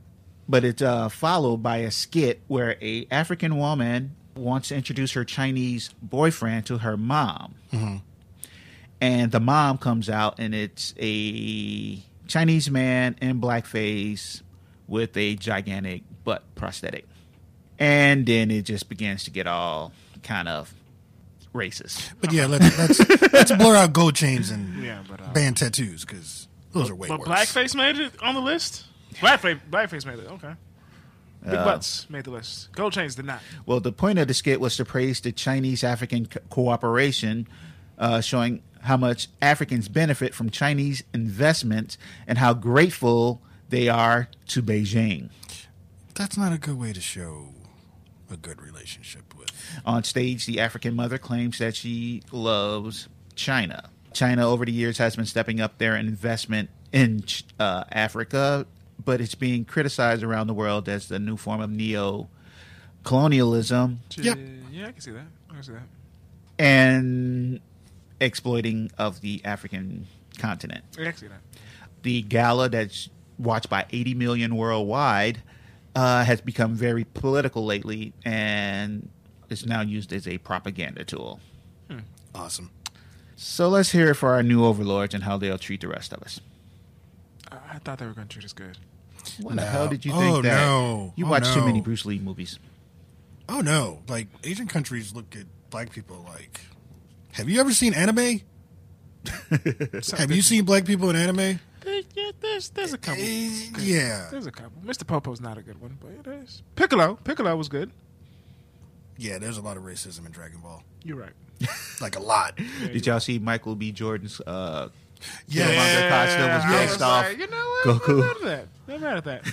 Speaker 3: But it's uh, followed by a skit where a African woman wants to introduce her Chinese boyfriend to her mom and the mom comes out and it's a Chinese man in blackface with a gigantic butt prosthetic. And then it just begins to get all kind of racist.
Speaker 2: but yeah, let's, let's let's blur out gold chains and
Speaker 1: Yeah, but, uh,
Speaker 2: ban tattoos because those are way
Speaker 1: But
Speaker 2: worse.
Speaker 1: blackface made it on the list. Blackface, blackface made it. Okay. Big
Speaker 3: Uh,
Speaker 1: butts made the list. Gold chains did not.
Speaker 3: Well, the point of the skit was to praise the Chinese African co- cooperation, uh, showing how much Africans benefit from Chinese investments and how grateful they are to Beijing.
Speaker 2: That's not a good way to show a good relationship with.
Speaker 3: On stage, the African mother claims that she loves China. China, over the years, has been stepping up their investment in Ch- uh, Africa, but it's being criticized around the world as the new form of neo colonialism
Speaker 2: Yep.
Speaker 1: Yeah, I can see that. I can see that.
Speaker 3: and exploiting of the African continent.
Speaker 1: I can see that.
Speaker 3: the gala that's watched by 80 million worldwide uh, has become very political lately and is now used as a propaganda tool.
Speaker 2: Awesome.
Speaker 3: So let's hear it for our new overlords and how they'll treat the rest of us.
Speaker 1: I, I thought they were going to treat us good.
Speaker 3: What the
Speaker 2: No.
Speaker 3: hell did you
Speaker 2: Oh,
Speaker 3: think that?
Speaker 2: no.
Speaker 3: You
Speaker 2: Oh,
Speaker 3: watch too
Speaker 2: no.
Speaker 3: many Bruce Lee movies.
Speaker 2: Oh no! Like Asian countries look at black people like. Have you ever seen anime? [LAUGHS] Have you seen black people in anime?
Speaker 1: There- yeah, there's there's a couple.
Speaker 2: Eh,
Speaker 1: good-
Speaker 2: yeah.
Speaker 1: there's a couple. Mr. Popo's not a good one, but it is. Piccolo, Piccolo was good.
Speaker 2: Yeah, there's a lot of racism in Dragon Ball.
Speaker 1: You're right.
Speaker 2: Like a lot.
Speaker 3: Did y'all see Michael B. Jordan's uh,
Speaker 2: Yeah.
Speaker 3: Killmonger costume was
Speaker 1: I
Speaker 3: based
Speaker 1: was
Speaker 3: off
Speaker 1: like, you know what? I'm
Speaker 3: Goku?
Speaker 1: mad at that. I'm mad
Speaker 3: [LAUGHS]
Speaker 1: at that.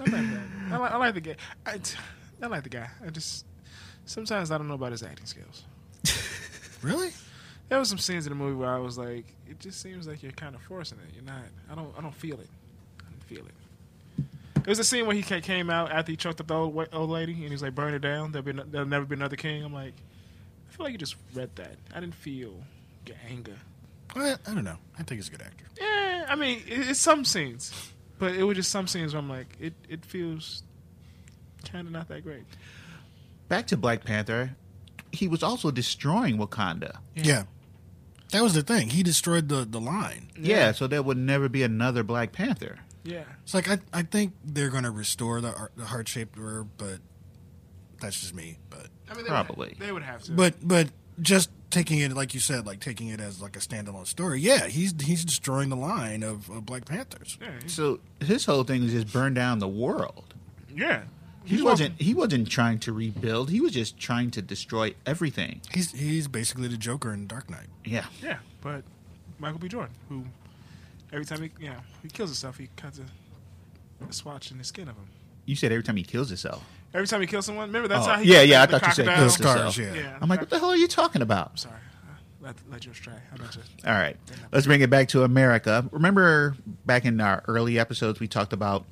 Speaker 1: I'm mad at that. I, like, I like the guy. I, I like the guy. I just sometimes I don't know about his acting skills.
Speaker 2: Really?
Speaker 1: There were some scenes in the movie where I was like, it just seems like you're kind of forcing it. You're not. I don't. I don't feel it. I don't feel it. It was a scene where he ca- came out after he choked up the old wa- old lady, and he was like, "Burn it down. There'll be no, there'll never be another king." I'm like, I feel like you just read that. I didn't feel your anger.
Speaker 2: I, I don't know. I think he's a good actor.
Speaker 1: Yeah, I mean, it, it's some scenes, but it was just some scenes where I'm like, it, it feels kind of not that great.
Speaker 3: back to Black Panther. He was also destroying Wakanda.
Speaker 2: Yeah. That was the thing. He destroyed the, the line.
Speaker 3: Yeah. so there would never be another Black Panther.
Speaker 1: Yeah,
Speaker 2: It's like I, I think they're going to restore the, ar- the heart shaped herb, but that's just me. But
Speaker 1: I mean,
Speaker 3: Probably.
Speaker 1: would, they would have to.
Speaker 2: but but just taking it like you said, like taking it as like a standalone story. Yeah, he's he's destroying the line of, of Black Panthers.
Speaker 1: yeah, he's-
Speaker 3: So his whole thing is just burn down the world.
Speaker 1: yeah,
Speaker 3: He wasn't. He wasn't trying to rebuild. He was just trying to destroy everything.
Speaker 2: He's he's basically the Joker in Dark Knight.
Speaker 3: Yeah.
Speaker 1: yeah, but Michael B. Jordan, who every time he you know he kills himself, he cuts a, a swatch in the skin of him.
Speaker 3: You said every time he kills himself.
Speaker 1: Every time he kills someone, remember that's
Speaker 3: Oh,
Speaker 1: how he
Speaker 3: yeah,
Speaker 1: got
Speaker 3: yeah,
Speaker 1: the
Speaker 3: I thought you said
Speaker 1: crocodile?
Speaker 3: kills
Speaker 2: Scars,
Speaker 3: himself.
Speaker 2: yeah.
Speaker 1: Yeah,
Speaker 3: I'm like, what the hell are you talking about?
Speaker 1: sorry, I let, let yours try. How about you?
Speaker 3: All right, let's bring it back to America. Remember back in our early episodes, we talked about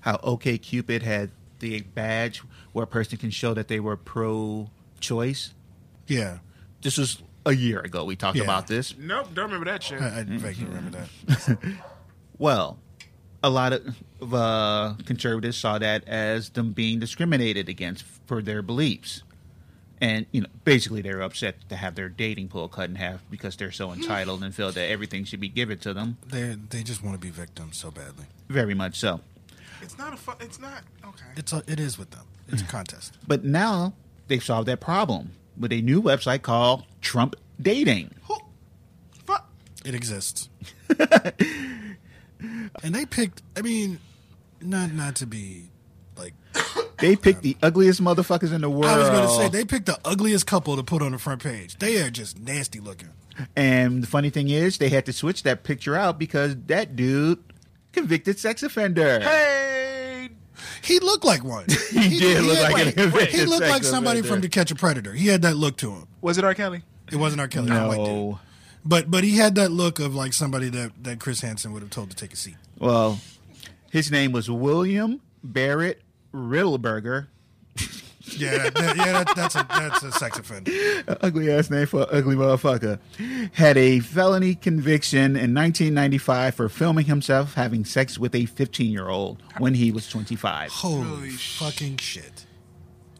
Speaker 3: how OK Cupid had the badge where a person can show that they were pro-choice.
Speaker 2: Yeah,
Speaker 3: This was a year ago. We talked
Speaker 2: Yeah.
Speaker 3: about this.
Speaker 1: Nope, don't remember that shit.
Speaker 3: Uh,
Speaker 2: I, I vaguely remember that.
Speaker 3: Well, a lot of uh, conservatives saw that as them being discriminated against for their beliefs. And, you know, basically they're upset to have their dating pool cut in half because they're so entitled and feel that everything should be given to them.
Speaker 2: They they just want to be victims so badly.
Speaker 3: Very much so.
Speaker 1: It's not a. Fu- it's not okay.
Speaker 2: It's a, it is with them. It's a contest.
Speaker 3: But now they've solved that problem with a new website called Trump Dating.
Speaker 1: Who? Fuck.
Speaker 2: It exists. and they picked. I mean, not not to be like.
Speaker 3: They picked the ugliest motherfuckers in the world.
Speaker 2: I was going to say they picked the ugliest couple to put on the front page. They are just nasty looking.
Speaker 3: And the funny thing is, they had to switch that picture out because that dude Convicted sex offender.
Speaker 1: Hey,
Speaker 2: He looked like
Speaker 3: [LAUGHS]
Speaker 2: one. He,
Speaker 3: did look
Speaker 2: had
Speaker 3: like an convicted
Speaker 2: He looked
Speaker 3: sex
Speaker 2: like somebody
Speaker 3: offender.
Speaker 2: from To Catch a Predator. He had that look to him.
Speaker 1: was it R. Kelly?
Speaker 2: It wasn't R. Kelly. that white dude.
Speaker 3: No.
Speaker 2: But but he had that look of like somebody that, that Chris Hansen would have told to take a seat.
Speaker 3: Well, his name was William Barrett Riddleberger.
Speaker 2: Yeah, that, yeah, that, that's a that's a sex offender.
Speaker 3: [LAUGHS] ugly ass name for an ugly motherfucker, had a felony conviction in 1995 for filming himself having sex with a 15 year old when he was 25.
Speaker 2: Holy,
Speaker 1: Holy
Speaker 2: fucking shit!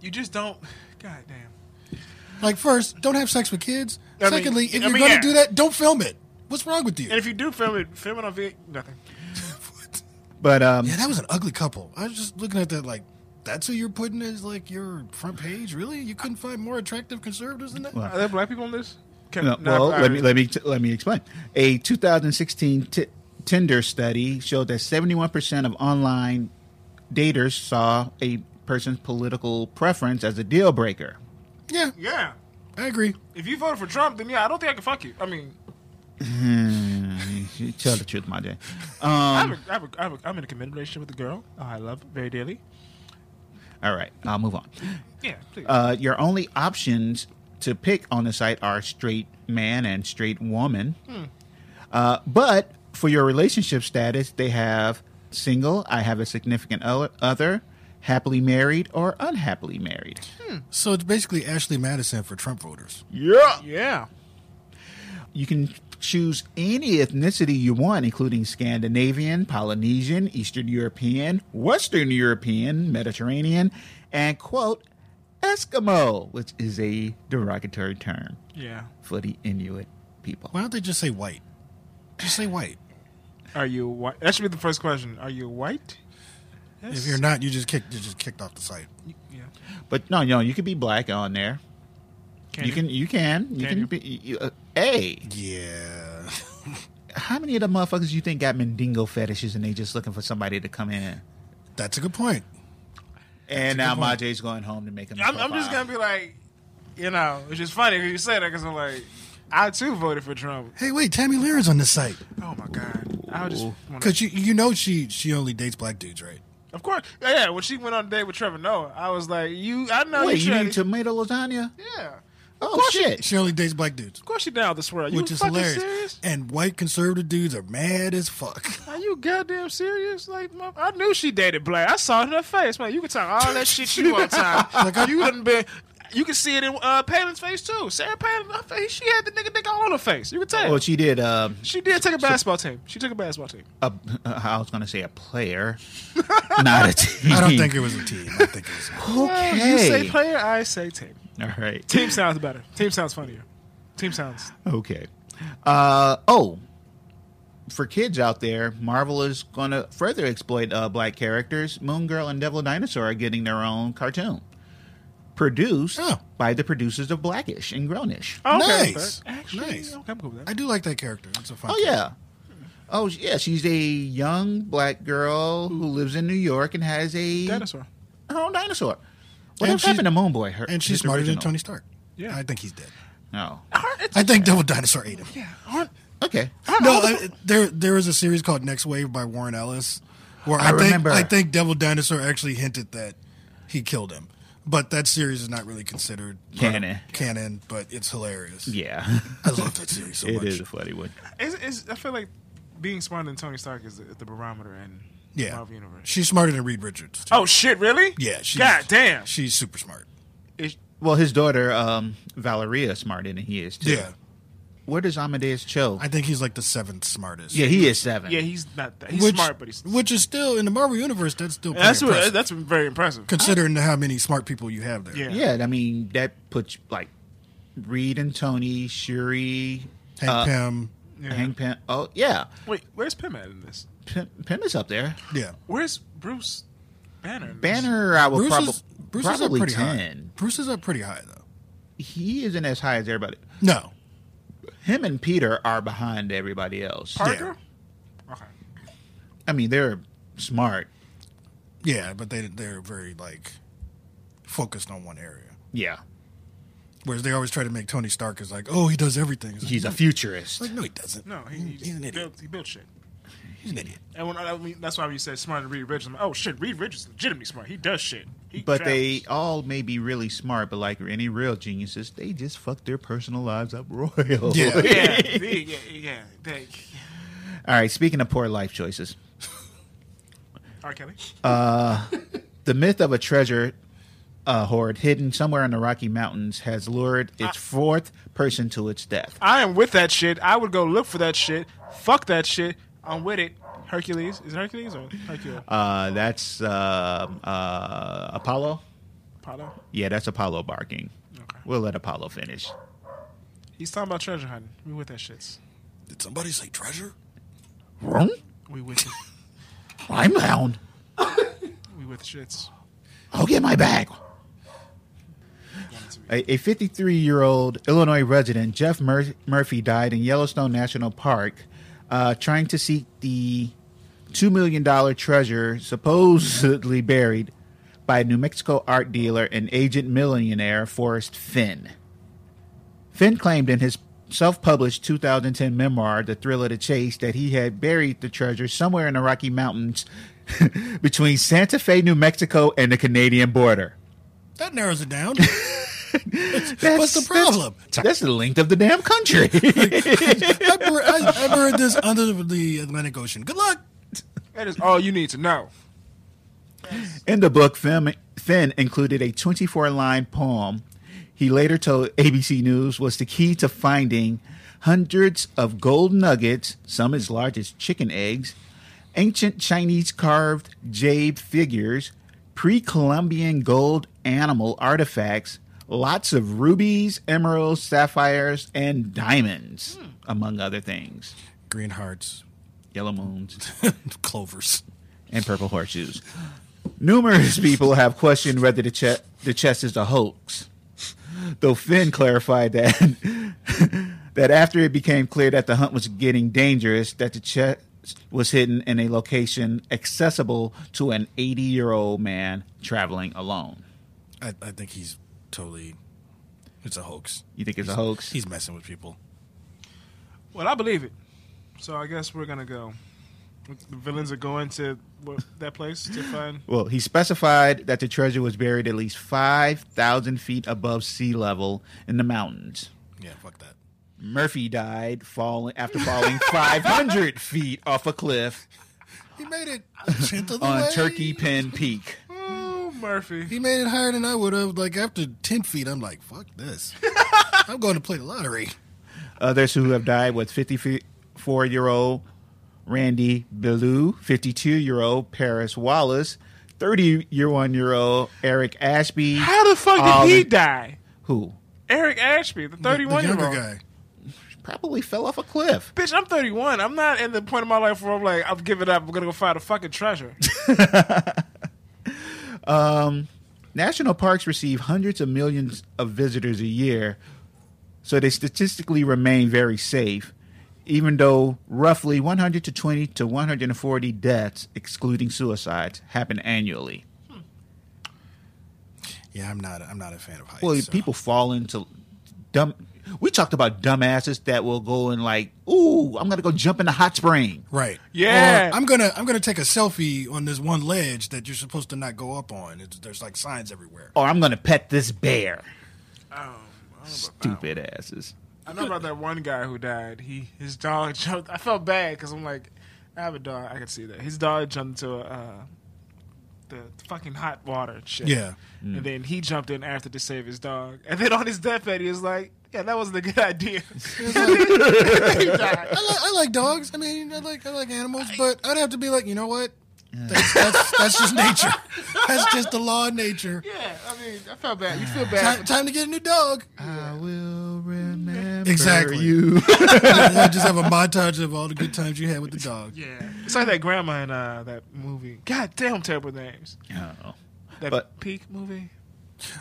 Speaker 1: You just don't. God damn.
Speaker 2: Like first, don't have sex with kids.
Speaker 1: I mean-
Speaker 2: Secondly, if
Speaker 1: I
Speaker 2: you're
Speaker 1: mean,
Speaker 2: gonna
Speaker 1: yeah.
Speaker 2: do that, don't film it. What's wrong with you?
Speaker 1: And if you do film it, film it on video. Nothing.
Speaker 2: [LAUGHS]
Speaker 3: But um,
Speaker 2: yeah, that was an ugly couple. I was just looking at that like. That's who you're putting as like your front page, really? You couldn't find more attractive conservatives than that.
Speaker 3: Well,
Speaker 1: Are there black people in this? Can,
Speaker 3: no,
Speaker 1: not
Speaker 3: well, let me
Speaker 1: Irish.
Speaker 3: let me t- let me explain. A 2016 t- Tinder study showed that 71 percent of online daters saw a person's political preference as a deal breaker.
Speaker 2: Yeah,
Speaker 1: Yeah.
Speaker 2: I agree.
Speaker 1: If you voted for Trump, then yeah, I don't think I can fuck you. I mean,
Speaker 3: Tell the truth, my dear.
Speaker 1: I have a, I have a, I have a, I'm in a committed relationship with a girl uh, I love very dearly.
Speaker 3: All right, I'll move on.
Speaker 1: Yeah, please.
Speaker 3: uh, your only options to pick on the site are straight man and straight woman. Uh, but for your relationship status, they have single, I have a significant o- other, happily married, or unhappily married.
Speaker 2: So it's basically Ashley Madison for Trump voters.
Speaker 3: Yeah.
Speaker 1: yeah.
Speaker 3: You can choose any ethnicity you want, including Scandinavian, Polynesian, Eastern European, Western European, Mediterranean, and quote, Eskimo, which is a derogatory term.
Speaker 1: Yeah.
Speaker 3: for the Inuit people.
Speaker 2: Why don't they just say white? Just say white.
Speaker 1: Are you white? That should be the first question. Are you white? Yes.
Speaker 2: If you're not, you just kicked. You just kicked off the site.
Speaker 1: yeah.
Speaker 3: But no, no, you could be black on there. you, can, you can, you
Speaker 1: Can
Speaker 3: can.
Speaker 1: you?
Speaker 3: be, you, uh, hey,
Speaker 2: Yeah. [LAUGHS]
Speaker 3: how many of the motherfuckers you think got mendingo fetishes and they just looking for somebody to come in?
Speaker 2: That's a good point.
Speaker 3: And now
Speaker 2: point.
Speaker 3: Majay's going home to make him.
Speaker 1: I'm, I'm just gonna be like, you know, it's just funny because you say that because I'm like, I too voted for Trump.
Speaker 2: Hey, wait, Tammy Learn's on this site
Speaker 1: Oh my god, I would just want to.
Speaker 2: because you you know she she only dates black dudes, right?
Speaker 1: Of course, yeah. When she went on a date with Trevor Noah, I was like, you, I know
Speaker 3: Wait, you
Speaker 1: you, tryna-
Speaker 3: need tomato lasagna?
Speaker 1: Yeah,
Speaker 3: Oh
Speaker 1: course
Speaker 3: shit!
Speaker 2: She only dates black dudes,
Speaker 1: of course you down with this world. You
Speaker 2: which is
Speaker 1: fucking
Speaker 2: hilarious.
Speaker 1: serious?
Speaker 2: And white conservative dudes are mad as fuck.
Speaker 1: Are you goddamn serious? Like, my, I knew she dated black. I saw it in her face, man. You can talk all that shit you want, time.
Speaker 2: [LAUGHS] Like, I-
Speaker 1: you done been. You can see it in uh, Palin's face too. Sarah Palin, her face, she had the nigga dick all on her face. You can tell.
Speaker 2: Oh,
Speaker 3: Well, she did. Um,
Speaker 1: she did take a basketball team. She took a basketball team.
Speaker 3: a, [LAUGHS] I was gonna say a
Speaker 1: [LAUGHS]
Speaker 3: player, not a team.
Speaker 2: I don't think it was a team. I think it was.
Speaker 3: Okay.
Speaker 1: You say player, I say team.
Speaker 3: All right.
Speaker 1: Team sounds better. Team sounds funnier. Team sounds.
Speaker 3: Okay. Uh, oh, for kids out there, Marvel is going to further exploit uh, black characters. Moon Girl and Devil Dinosaur are getting their own cartoon, produced
Speaker 2: Oh.
Speaker 3: by the producers of Blackish and Grownish.
Speaker 1: Oh, okay.
Speaker 2: Nice.
Speaker 1: Actually,
Speaker 2: Nice.
Speaker 1: okay, I'm cool with
Speaker 2: I
Speaker 1: that.
Speaker 2: do like that character. It's a fun.
Speaker 3: Oh yeah. Oh sh- yeah, she's a young black girl who lives in New York and has a
Speaker 1: Dinosaur.
Speaker 3: her own dinosaur.
Speaker 2: And
Speaker 3: What else
Speaker 2: she's-
Speaker 3: happened to Moon Boy? Her,
Speaker 2: and she's
Speaker 3: his
Speaker 2: smarter
Speaker 3: original?
Speaker 2: than Tony Stark.
Speaker 1: Yeah.
Speaker 2: I think he's dead.
Speaker 3: No.
Speaker 1: Aren't it's,
Speaker 2: I think Devil Dinosaur ate him.
Speaker 1: yeah, aren't,
Speaker 3: Okay.
Speaker 1: aren't
Speaker 2: No,
Speaker 3: [LAUGHS]
Speaker 1: all the-
Speaker 2: I, there there was a series called Next Wave by Warren Ellis, where I,
Speaker 3: I
Speaker 2: think
Speaker 3: remember.
Speaker 2: I think Devil Dinosaur actually hinted that he killed him, but that series is not really considered part of
Speaker 3: Canon.
Speaker 2: Canon, but it's hilarious. [LAUGHS]
Speaker 3: Yeah.
Speaker 2: I love that series so
Speaker 3: it
Speaker 2: much.
Speaker 3: is a funny one.
Speaker 1: It's, it's, I feel like being smarter than Tony Stark is the, the barometer in
Speaker 2: Yeah,
Speaker 1: Marvel Universe.
Speaker 2: she's smarter than Reed Richards. too.
Speaker 1: oh shit! Really?
Speaker 2: yeah, she's,
Speaker 1: God damn.
Speaker 2: she's super smart.
Speaker 1: Is-
Speaker 3: Well, his daughter um, Valeria is smarter than he is too.
Speaker 2: Yeah,
Speaker 3: Where does Amadeus Cho?
Speaker 2: I think he's like the seventh smartest.
Speaker 3: yeah, he is seven.
Speaker 1: yeah, he's not. That, he's
Speaker 2: which,
Speaker 1: smart, but he's.
Speaker 2: which is still in the Marvel universe. That's still pretty
Speaker 1: that's what,
Speaker 2: impressive,
Speaker 1: that's very impressive.
Speaker 2: considering how many smart people you have there.
Speaker 1: Yeah.
Speaker 3: yeah. I mean that puts like Reed and Tony, Shuri,
Speaker 2: Hank
Speaker 3: uh,
Speaker 2: Pym.
Speaker 1: Yeah.
Speaker 3: Hank Pym. Oh yeah,
Speaker 1: Wait, where's Pym at in this?
Speaker 3: Pym, Pym is up there.
Speaker 2: Yeah.
Speaker 1: Where's Bruce Banner? in this?
Speaker 3: Banner, I would
Speaker 2: Bruce,
Speaker 3: prob-
Speaker 2: is, Bruce is up
Speaker 3: probably
Speaker 2: pretty high.
Speaker 3: ten.
Speaker 2: Bruce is up pretty high though.
Speaker 3: He isn't as high as everybody.
Speaker 2: No,
Speaker 3: Him and Peter are behind everybody else.
Speaker 1: Parker. Okay.
Speaker 3: I mean, they're smart.
Speaker 2: yeah, but they they're very like focused on one area.
Speaker 3: Yeah,
Speaker 2: Whereas they always try to make Tony Stark is like, oh, he does everything. It's like,
Speaker 3: he's a
Speaker 2: no,
Speaker 3: futurist.
Speaker 2: Like no, he doesn't.
Speaker 1: No, he,
Speaker 2: He-
Speaker 1: he,
Speaker 2: he's an
Speaker 1: just
Speaker 2: idiot.
Speaker 1: built, he built shit.
Speaker 2: He's an idiot.
Speaker 1: And when I mean, that's why when you said smart and Reed Richards, I'm like, oh shit, Reed Richards is legitimately smart. He does shit. He
Speaker 3: But
Speaker 1: travels.
Speaker 3: they all may be really smart, but like any real geniuses, they just fuck their personal lives up [LAUGHS] royal.
Speaker 2: Yeah.
Speaker 1: yeah, they- yeah, yeah. They,
Speaker 3: all right. Speaking of poor life choices,
Speaker 1: R. Kelly.
Speaker 3: the myth of a treasure uh, hoard hidden somewhere in the Rocky Mountains has lured its fourth person to its death.
Speaker 1: I am with that shit. I would go look for that shit. Fuck that shit. I'm with it. Hercules is it Hercules or Hercules?
Speaker 3: Uh, that's uh, uh, Apollo.
Speaker 1: Apollo.
Speaker 3: Yeah, that's Apollo barking.
Speaker 1: Okay.
Speaker 3: We'll let Apollo finish.
Speaker 1: He's talking about treasure hunting. We with that shits.
Speaker 2: [LAUGHS] Did somebody say treasure?
Speaker 3: Wrong?
Speaker 1: We with it.
Speaker 3: I'm down.
Speaker 1: We with the shits.
Speaker 3: I'll get my bag. A 53 year old Illinois resident, Jeff Mur- Murphy, died in Yellowstone National Park uh, trying to seek the $2 million treasure supposedly buried by New Mexico art dealer and agent millionaire Forrest Finn. Finn claimed in his self published 2010 memoir, The Thrill of the Chase, that he had buried the treasure somewhere in the Rocky Mountains [LAUGHS] between Santa Fe, New Mexico, and the Canadian border.
Speaker 2: That narrows it down. [LAUGHS]
Speaker 3: That's,
Speaker 2: What's the
Speaker 3: that's-
Speaker 2: problem?
Speaker 3: That's, the length of the damn
Speaker 2: [LAUGHS]
Speaker 3: country. [LAUGHS]
Speaker 2: I, bur- I, I buried this under the Atlantic Ocean. Good luck.
Speaker 1: That is all you need to know.
Speaker 3: In the book, Finn, Finn included a 24 line poem he later told ABC News was the key to finding hundreds of gold nuggets, some as large as chicken eggs, ancient Chinese carved jade figures, pre Columbian gold animal artifacts, lots of rubies, emeralds, sapphires, and diamonds,
Speaker 2: Hmm.
Speaker 3: among other things.
Speaker 2: Green hearts, [LAUGHS]
Speaker 3: Yellow moons.
Speaker 2: clovers.
Speaker 3: and purple horseshoes. Numerous [LAUGHS] people have questioned whether the, che- the chest is a hoax, though Finn clarified that [LAUGHS] that after it became clear that the hunt was getting dangerous, that the chest was hidden in a location accessible to an 80 year old man traveling alone.
Speaker 2: I, I think he's totally. It's a hoax.
Speaker 3: You think it's a hoax?
Speaker 2: He's messing with people.
Speaker 1: Well, I believe it. So I guess we're gonna go. The villains are going to what, that place to [LAUGHS] find.
Speaker 3: Well, he specified that the treasure was buried at least 5,000 feet above sea level in the mountains.
Speaker 2: Yeah, fuck that.
Speaker 3: Murphy died falling after falling 500 feet off a cliff
Speaker 2: He made it tenth [LAUGHS] of the
Speaker 3: on
Speaker 2: way.
Speaker 3: Turkey Pin Peak.
Speaker 1: Oh, Murphy.
Speaker 2: He made it higher than I would have. Like after ten feet, I'm like, fuck
Speaker 1: [LAUGHS]
Speaker 2: this. I'm going to play the lottery.
Speaker 3: Others who have died was 54-year-old Randy Ballou, 52-year-old Paris Wallace, 31-year-old Eric Ashby.
Speaker 1: How the fuck did
Speaker 3: All
Speaker 1: he
Speaker 3: in-
Speaker 1: die?
Speaker 3: Who
Speaker 1: Eric Ashby, the
Speaker 2: The- the
Speaker 1: thirty-one year
Speaker 2: younger
Speaker 1: old.
Speaker 2: guy.
Speaker 3: probably fell off a cliff.
Speaker 1: Bitch, I'm 31. I'm not in the point of my life where I'm like, I've given up. I'm gonna go find a fucking treasure.
Speaker 3: National parks receive hundreds of millions of visitors a year, so they statistically remain very safe, even though roughly 120 to 140 deaths, excluding suicides, happen annually.
Speaker 2: Yeah, I'm not. I'm not a fan of heights.
Speaker 3: Well,
Speaker 2: so.
Speaker 3: people fall into dumb. We talked about dumbasses that will go and like, ooh, I'm gonna go jump in the hot spring.
Speaker 2: Right.
Speaker 1: Yeah.
Speaker 2: Or I'm gonna I'm gonna take a selfie on this one ledge that you're supposed to not go up on. It's, there's like signs everywhere.
Speaker 3: Or I'm gonna pet this bear.
Speaker 1: Um, I don't know about that.
Speaker 3: Stupid asses.
Speaker 1: I know about that one guy who died. He his dog [LAUGHS] jumped. I felt bad because I'm like, I have a dog. I can see that his dog jumped into a, uh, the fucking hot water and shit.
Speaker 2: Yeah.
Speaker 1: and then he jumped in after to save his dog. And then on his deathbed, he was like, "Yeah, that wasn't a good [LAUGHS] idea." he died.
Speaker 2: I, li- I like dogs. I mean, I like I like animals, but I'd have to be like, you know what? That's, that's, that's just nature. That's just the law of nature.
Speaker 1: Yeah, I mean, I felt bad. You [SIGHS] feel bad.
Speaker 2: Time,
Speaker 1: for-
Speaker 2: time to get a new
Speaker 1: [LAUGHS]
Speaker 2: dog.
Speaker 3: I will remember
Speaker 2: Exactly.
Speaker 3: you.
Speaker 2: I just have a montage of all the good times you had with the dog.
Speaker 1: yeah, it's like that grandma in uh, that movie. God damn, terrible names.
Speaker 3: Oh.
Speaker 1: That
Speaker 3: But-
Speaker 1: Peak movie,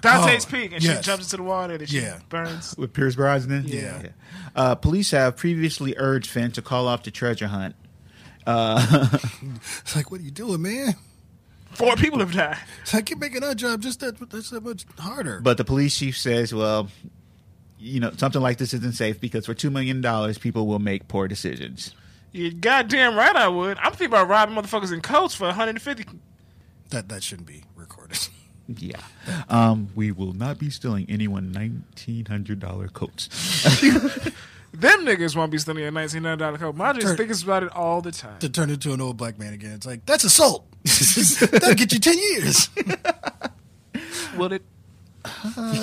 Speaker 1: Dante's
Speaker 2: Oh,
Speaker 1: Peak, and she
Speaker 2: yes.
Speaker 1: jumps into the water and she
Speaker 2: Yeah.
Speaker 1: burns.
Speaker 3: with Pierce Brosnan.
Speaker 2: Yeah.
Speaker 3: Uh, police have previously urged Finn to call off the treasure hunt.
Speaker 2: It's like, what are you doing, man?
Speaker 1: Four people have died.
Speaker 2: It's like you're making our job just that that's that much harder.
Speaker 3: But the police chief says, well, you know, something like this isn't safe because for $2 million, people will make poor decisions.
Speaker 1: You goddamn right I would. I'm thinking about robbing motherfuckers in coats for 150.
Speaker 2: That that shouldn't be recorded. [LAUGHS]
Speaker 3: Yeah. Um, we will not be stealing anyone $1,900 coats.
Speaker 1: Them niggas won't be stealing a $1,900 coat. My just
Speaker 2: Turn-
Speaker 1: thinks about it all the time.
Speaker 2: to turn into an old black man again, it's like that's assault. [LAUGHS] That'll get you ten years.
Speaker 1: Will it?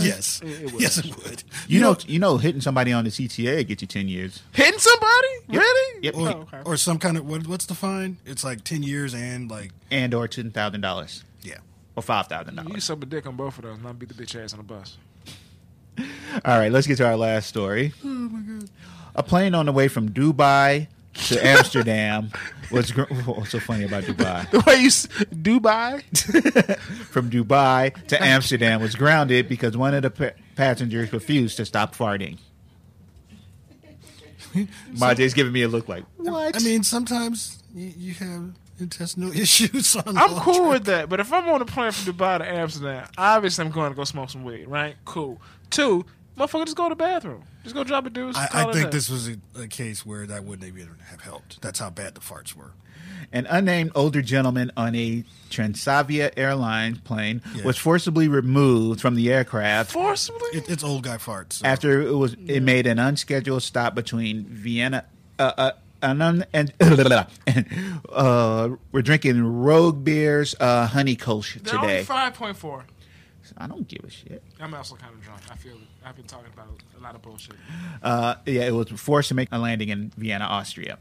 Speaker 2: yes,
Speaker 1: Uh, it would.
Speaker 2: yes, it would.
Speaker 3: You know, you know, hitting somebody on the CTA get you 10 years.
Speaker 1: Hitting somebody? Really?
Speaker 3: Yep.
Speaker 1: Oh,
Speaker 2: or,
Speaker 1: okay.
Speaker 2: or some kind of what, what's the fine? It's like ten years and like
Speaker 3: And or $10,000
Speaker 2: yeah.
Speaker 3: or $5,000.
Speaker 1: you suck a dick on both of those and I'll beat the bitch ass on the bus.
Speaker 3: All right, let's get to our last story. A plane on the way from Dubai to Amsterdam. What's, gr- [LAUGHS] what's so funny about Dubai?
Speaker 1: [LAUGHS] The way you. s- Dubai?
Speaker 3: From Dubai to Amsterdam was grounded because one of the pa- passengers refused to stop farting. Majay's giving me a look like, what?
Speaker 2: I mean, sometimes you, you have intestinal [LAUGHS] issues. On
Speaker 1: I'm
Speaker 2: long
Speaker 1: cool
Speaker 2: trip.
Speaker 1: with that, but if I'm on a plane from Dubai to Amsterdam, obviously I'm going to go smoke some weed, right? Cool. Two, motherfucker, just go to the bathroom. Just go drop a deuce.
Speaker 2: I,
Speaker 1: call
Speaker 2: I
Speaker 1: it
Speaker 2: think
Speaker 1: a-
Speaker 2: this was a, a case where that wouldn't even have helped. That's how bad the farts were.
Speaker 3: An unnamed older gentleman on a Transavia Airlines plane
Speaker 2: Yeah.
Speaker 3: was forcibly removed from the aircraft
Speaker 1: forcibly.
Speaker 2: It, it's old guy farts. so-
Speaker 3: after it was it made an unscheduled stop between Vienna. Uh, uh, an un, and [LAUGHS] uh, we're drinking Rogue Beer's uh, Honey Kolsch
Speaker 1: They're only
Speaker 3: today.
Speaker 1: five point four.
Speaker 3: I don't give a shit.
Speaker 1: I'm also kind of drunk. I feel I've been talking about a lot of bullshit.
Speaker 3: Uh, yeah, it was forced to make a landing in Vienna, Austria.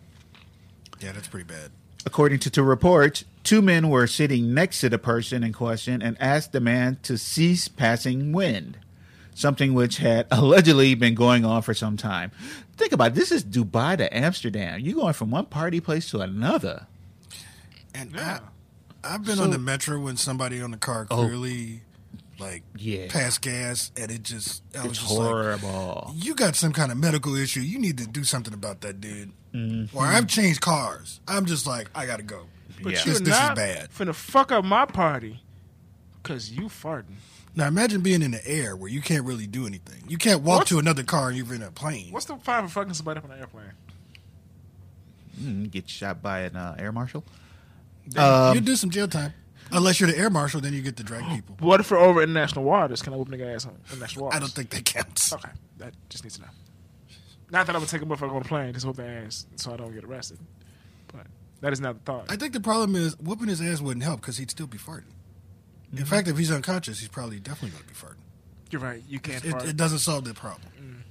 Speaker 2: yeah, that's pretty bad.
Speaker 3: According to, to reports, two men were sitting next to the person in question and asked the man to cease passing wind, something which had [LAUGHS] allegedly been going on for some time. Think about it, this is Dubai to Amsterdam. You're going from one party place to another.
Speaker 2: And
Speaker 1: Yeah.
Speaker 2: I, I've been on the metro when somebody on the car clearly like
Speaker 3: Oh. Yeah.
Speaker 2: passed gas, and it just I was
Speaker 3: It's
Speaker 2: just like,
Speaker 3: horrible.
Speaker 2: you got some kind of medical issue. You need to do something about that, dude.
Speaker 3: Mm-hmm.
Speaker 2: Or I've changed cars. I'm just like, I gotta go.
Speaker 1: But
Speaker 3: Yeah.
Speaker 2: This-
Speaker 1: you're
Speaker 2: this is
Speaker 1: not
Speaker 2: bad.
Speaker 1: finna fuck up my party because you farting.
Speaker 2: Now imagine being in the air where you can't really do anything. You can't walk
Speaker 1: What's-
Speaker 2: to another car and you're in a plane.
Speaker 1: What's the fine for fucking somebody up on an airplane?
Speaker 3: Mm, get shot by an uh, air marshal. Um,
Speaker 2: you do some jail time. Unless you're the air marshal, then you get to drag people.
Speaker 1: What if we're over international waters? Can I whoop nigga ass on international waters?
Speaker 2: I don't think that counts.
Speaker 1: Okay, I just need to know. Not that I would take a motherfucker on a plane, just whoop their ass so I don't get arrested. But that is not the thought.
Speaker 2: I think the problem is whooping his ass wouldn't help because he'd still be farting. In fact, if he's unconscious, he's probably definitely going to be farting.
Speaker 1: You're right. You can't fart.
Speaker 2: It, it doesn't solve the problem.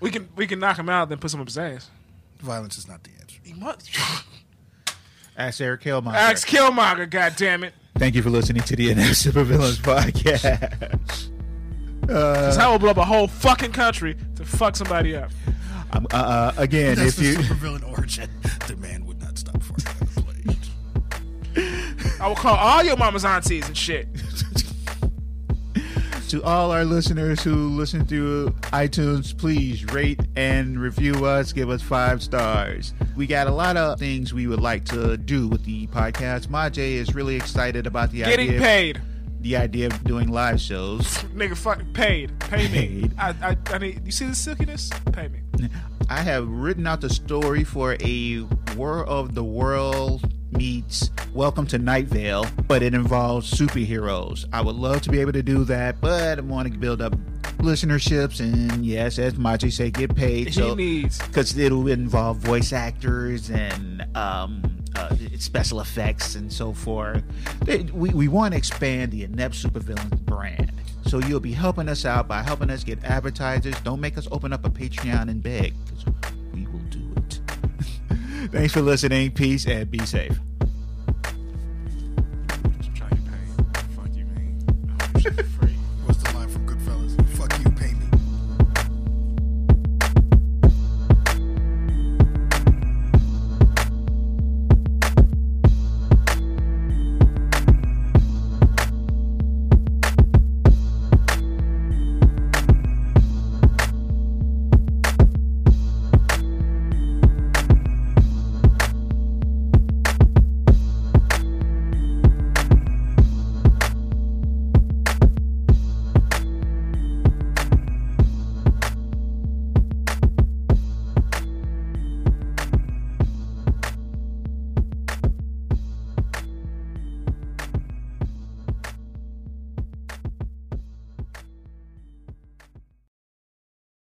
Speaker 1: we can we can knock him out, then put some up his ass.
Speaker 2: Violence is not the answer.
Speaker 1: He [LAUGHS] must.
Speaker 3: Ask Eric Hillmeyer.
Speaker 1: Axe Killmonger, goddammit.
Speaker 3: Thank you for listening to the NF [LAUGHS] Supervillains podcast.
Speaker 1: Because I will blow up a whole fucking country to fuck somebody up.
Speaker 3: Um, uh, uh, again,
Speaker 2: That's
Speaker 3: if
Speaker 2: the
Speaker 3: you.
Speaker 2: supervillain origin. [LAUGHS] The man would not stop farting on the plane.
Speaker 1: I will call all your mama's aunties and shit.
Speaker 3: to all our listeners who listen through iTunes, please rate and review us. Give us five stars. We got a lot of things we would like to do with the podcast. Majay is really excited about the
Speaker 1: Getting
Speaker 3: idea,
Speaker 1: paid.
Speaker 3: the idea of doing live shows.
Speaker 1: Nigga, fucking paid. Pay me.
Speaker 3: Paid.
Speaker 1: I, I, I need, you see the silkiness? Pay me.
Speaker 3: I have written out the story for a War of the World meets Welcome to Night Vale, but it involves superheroes. I would love to be able to do that, but I want to build up listenerships and yes, as Machi said, get paid.
Speaker 1: he needs.
Speaker 3: because it'll involve voice actors and um, uh, special effects and so forth. They- We, we want to expand the Inept Supervillains brand. So you'll be helping us out by helping us get advertisers. Don't make us open up a Patreon [LAUGHS] and beg, 'cause we will do it. Thanks for listening. Peace and be safe.
Speaker 2: [LAUGHS]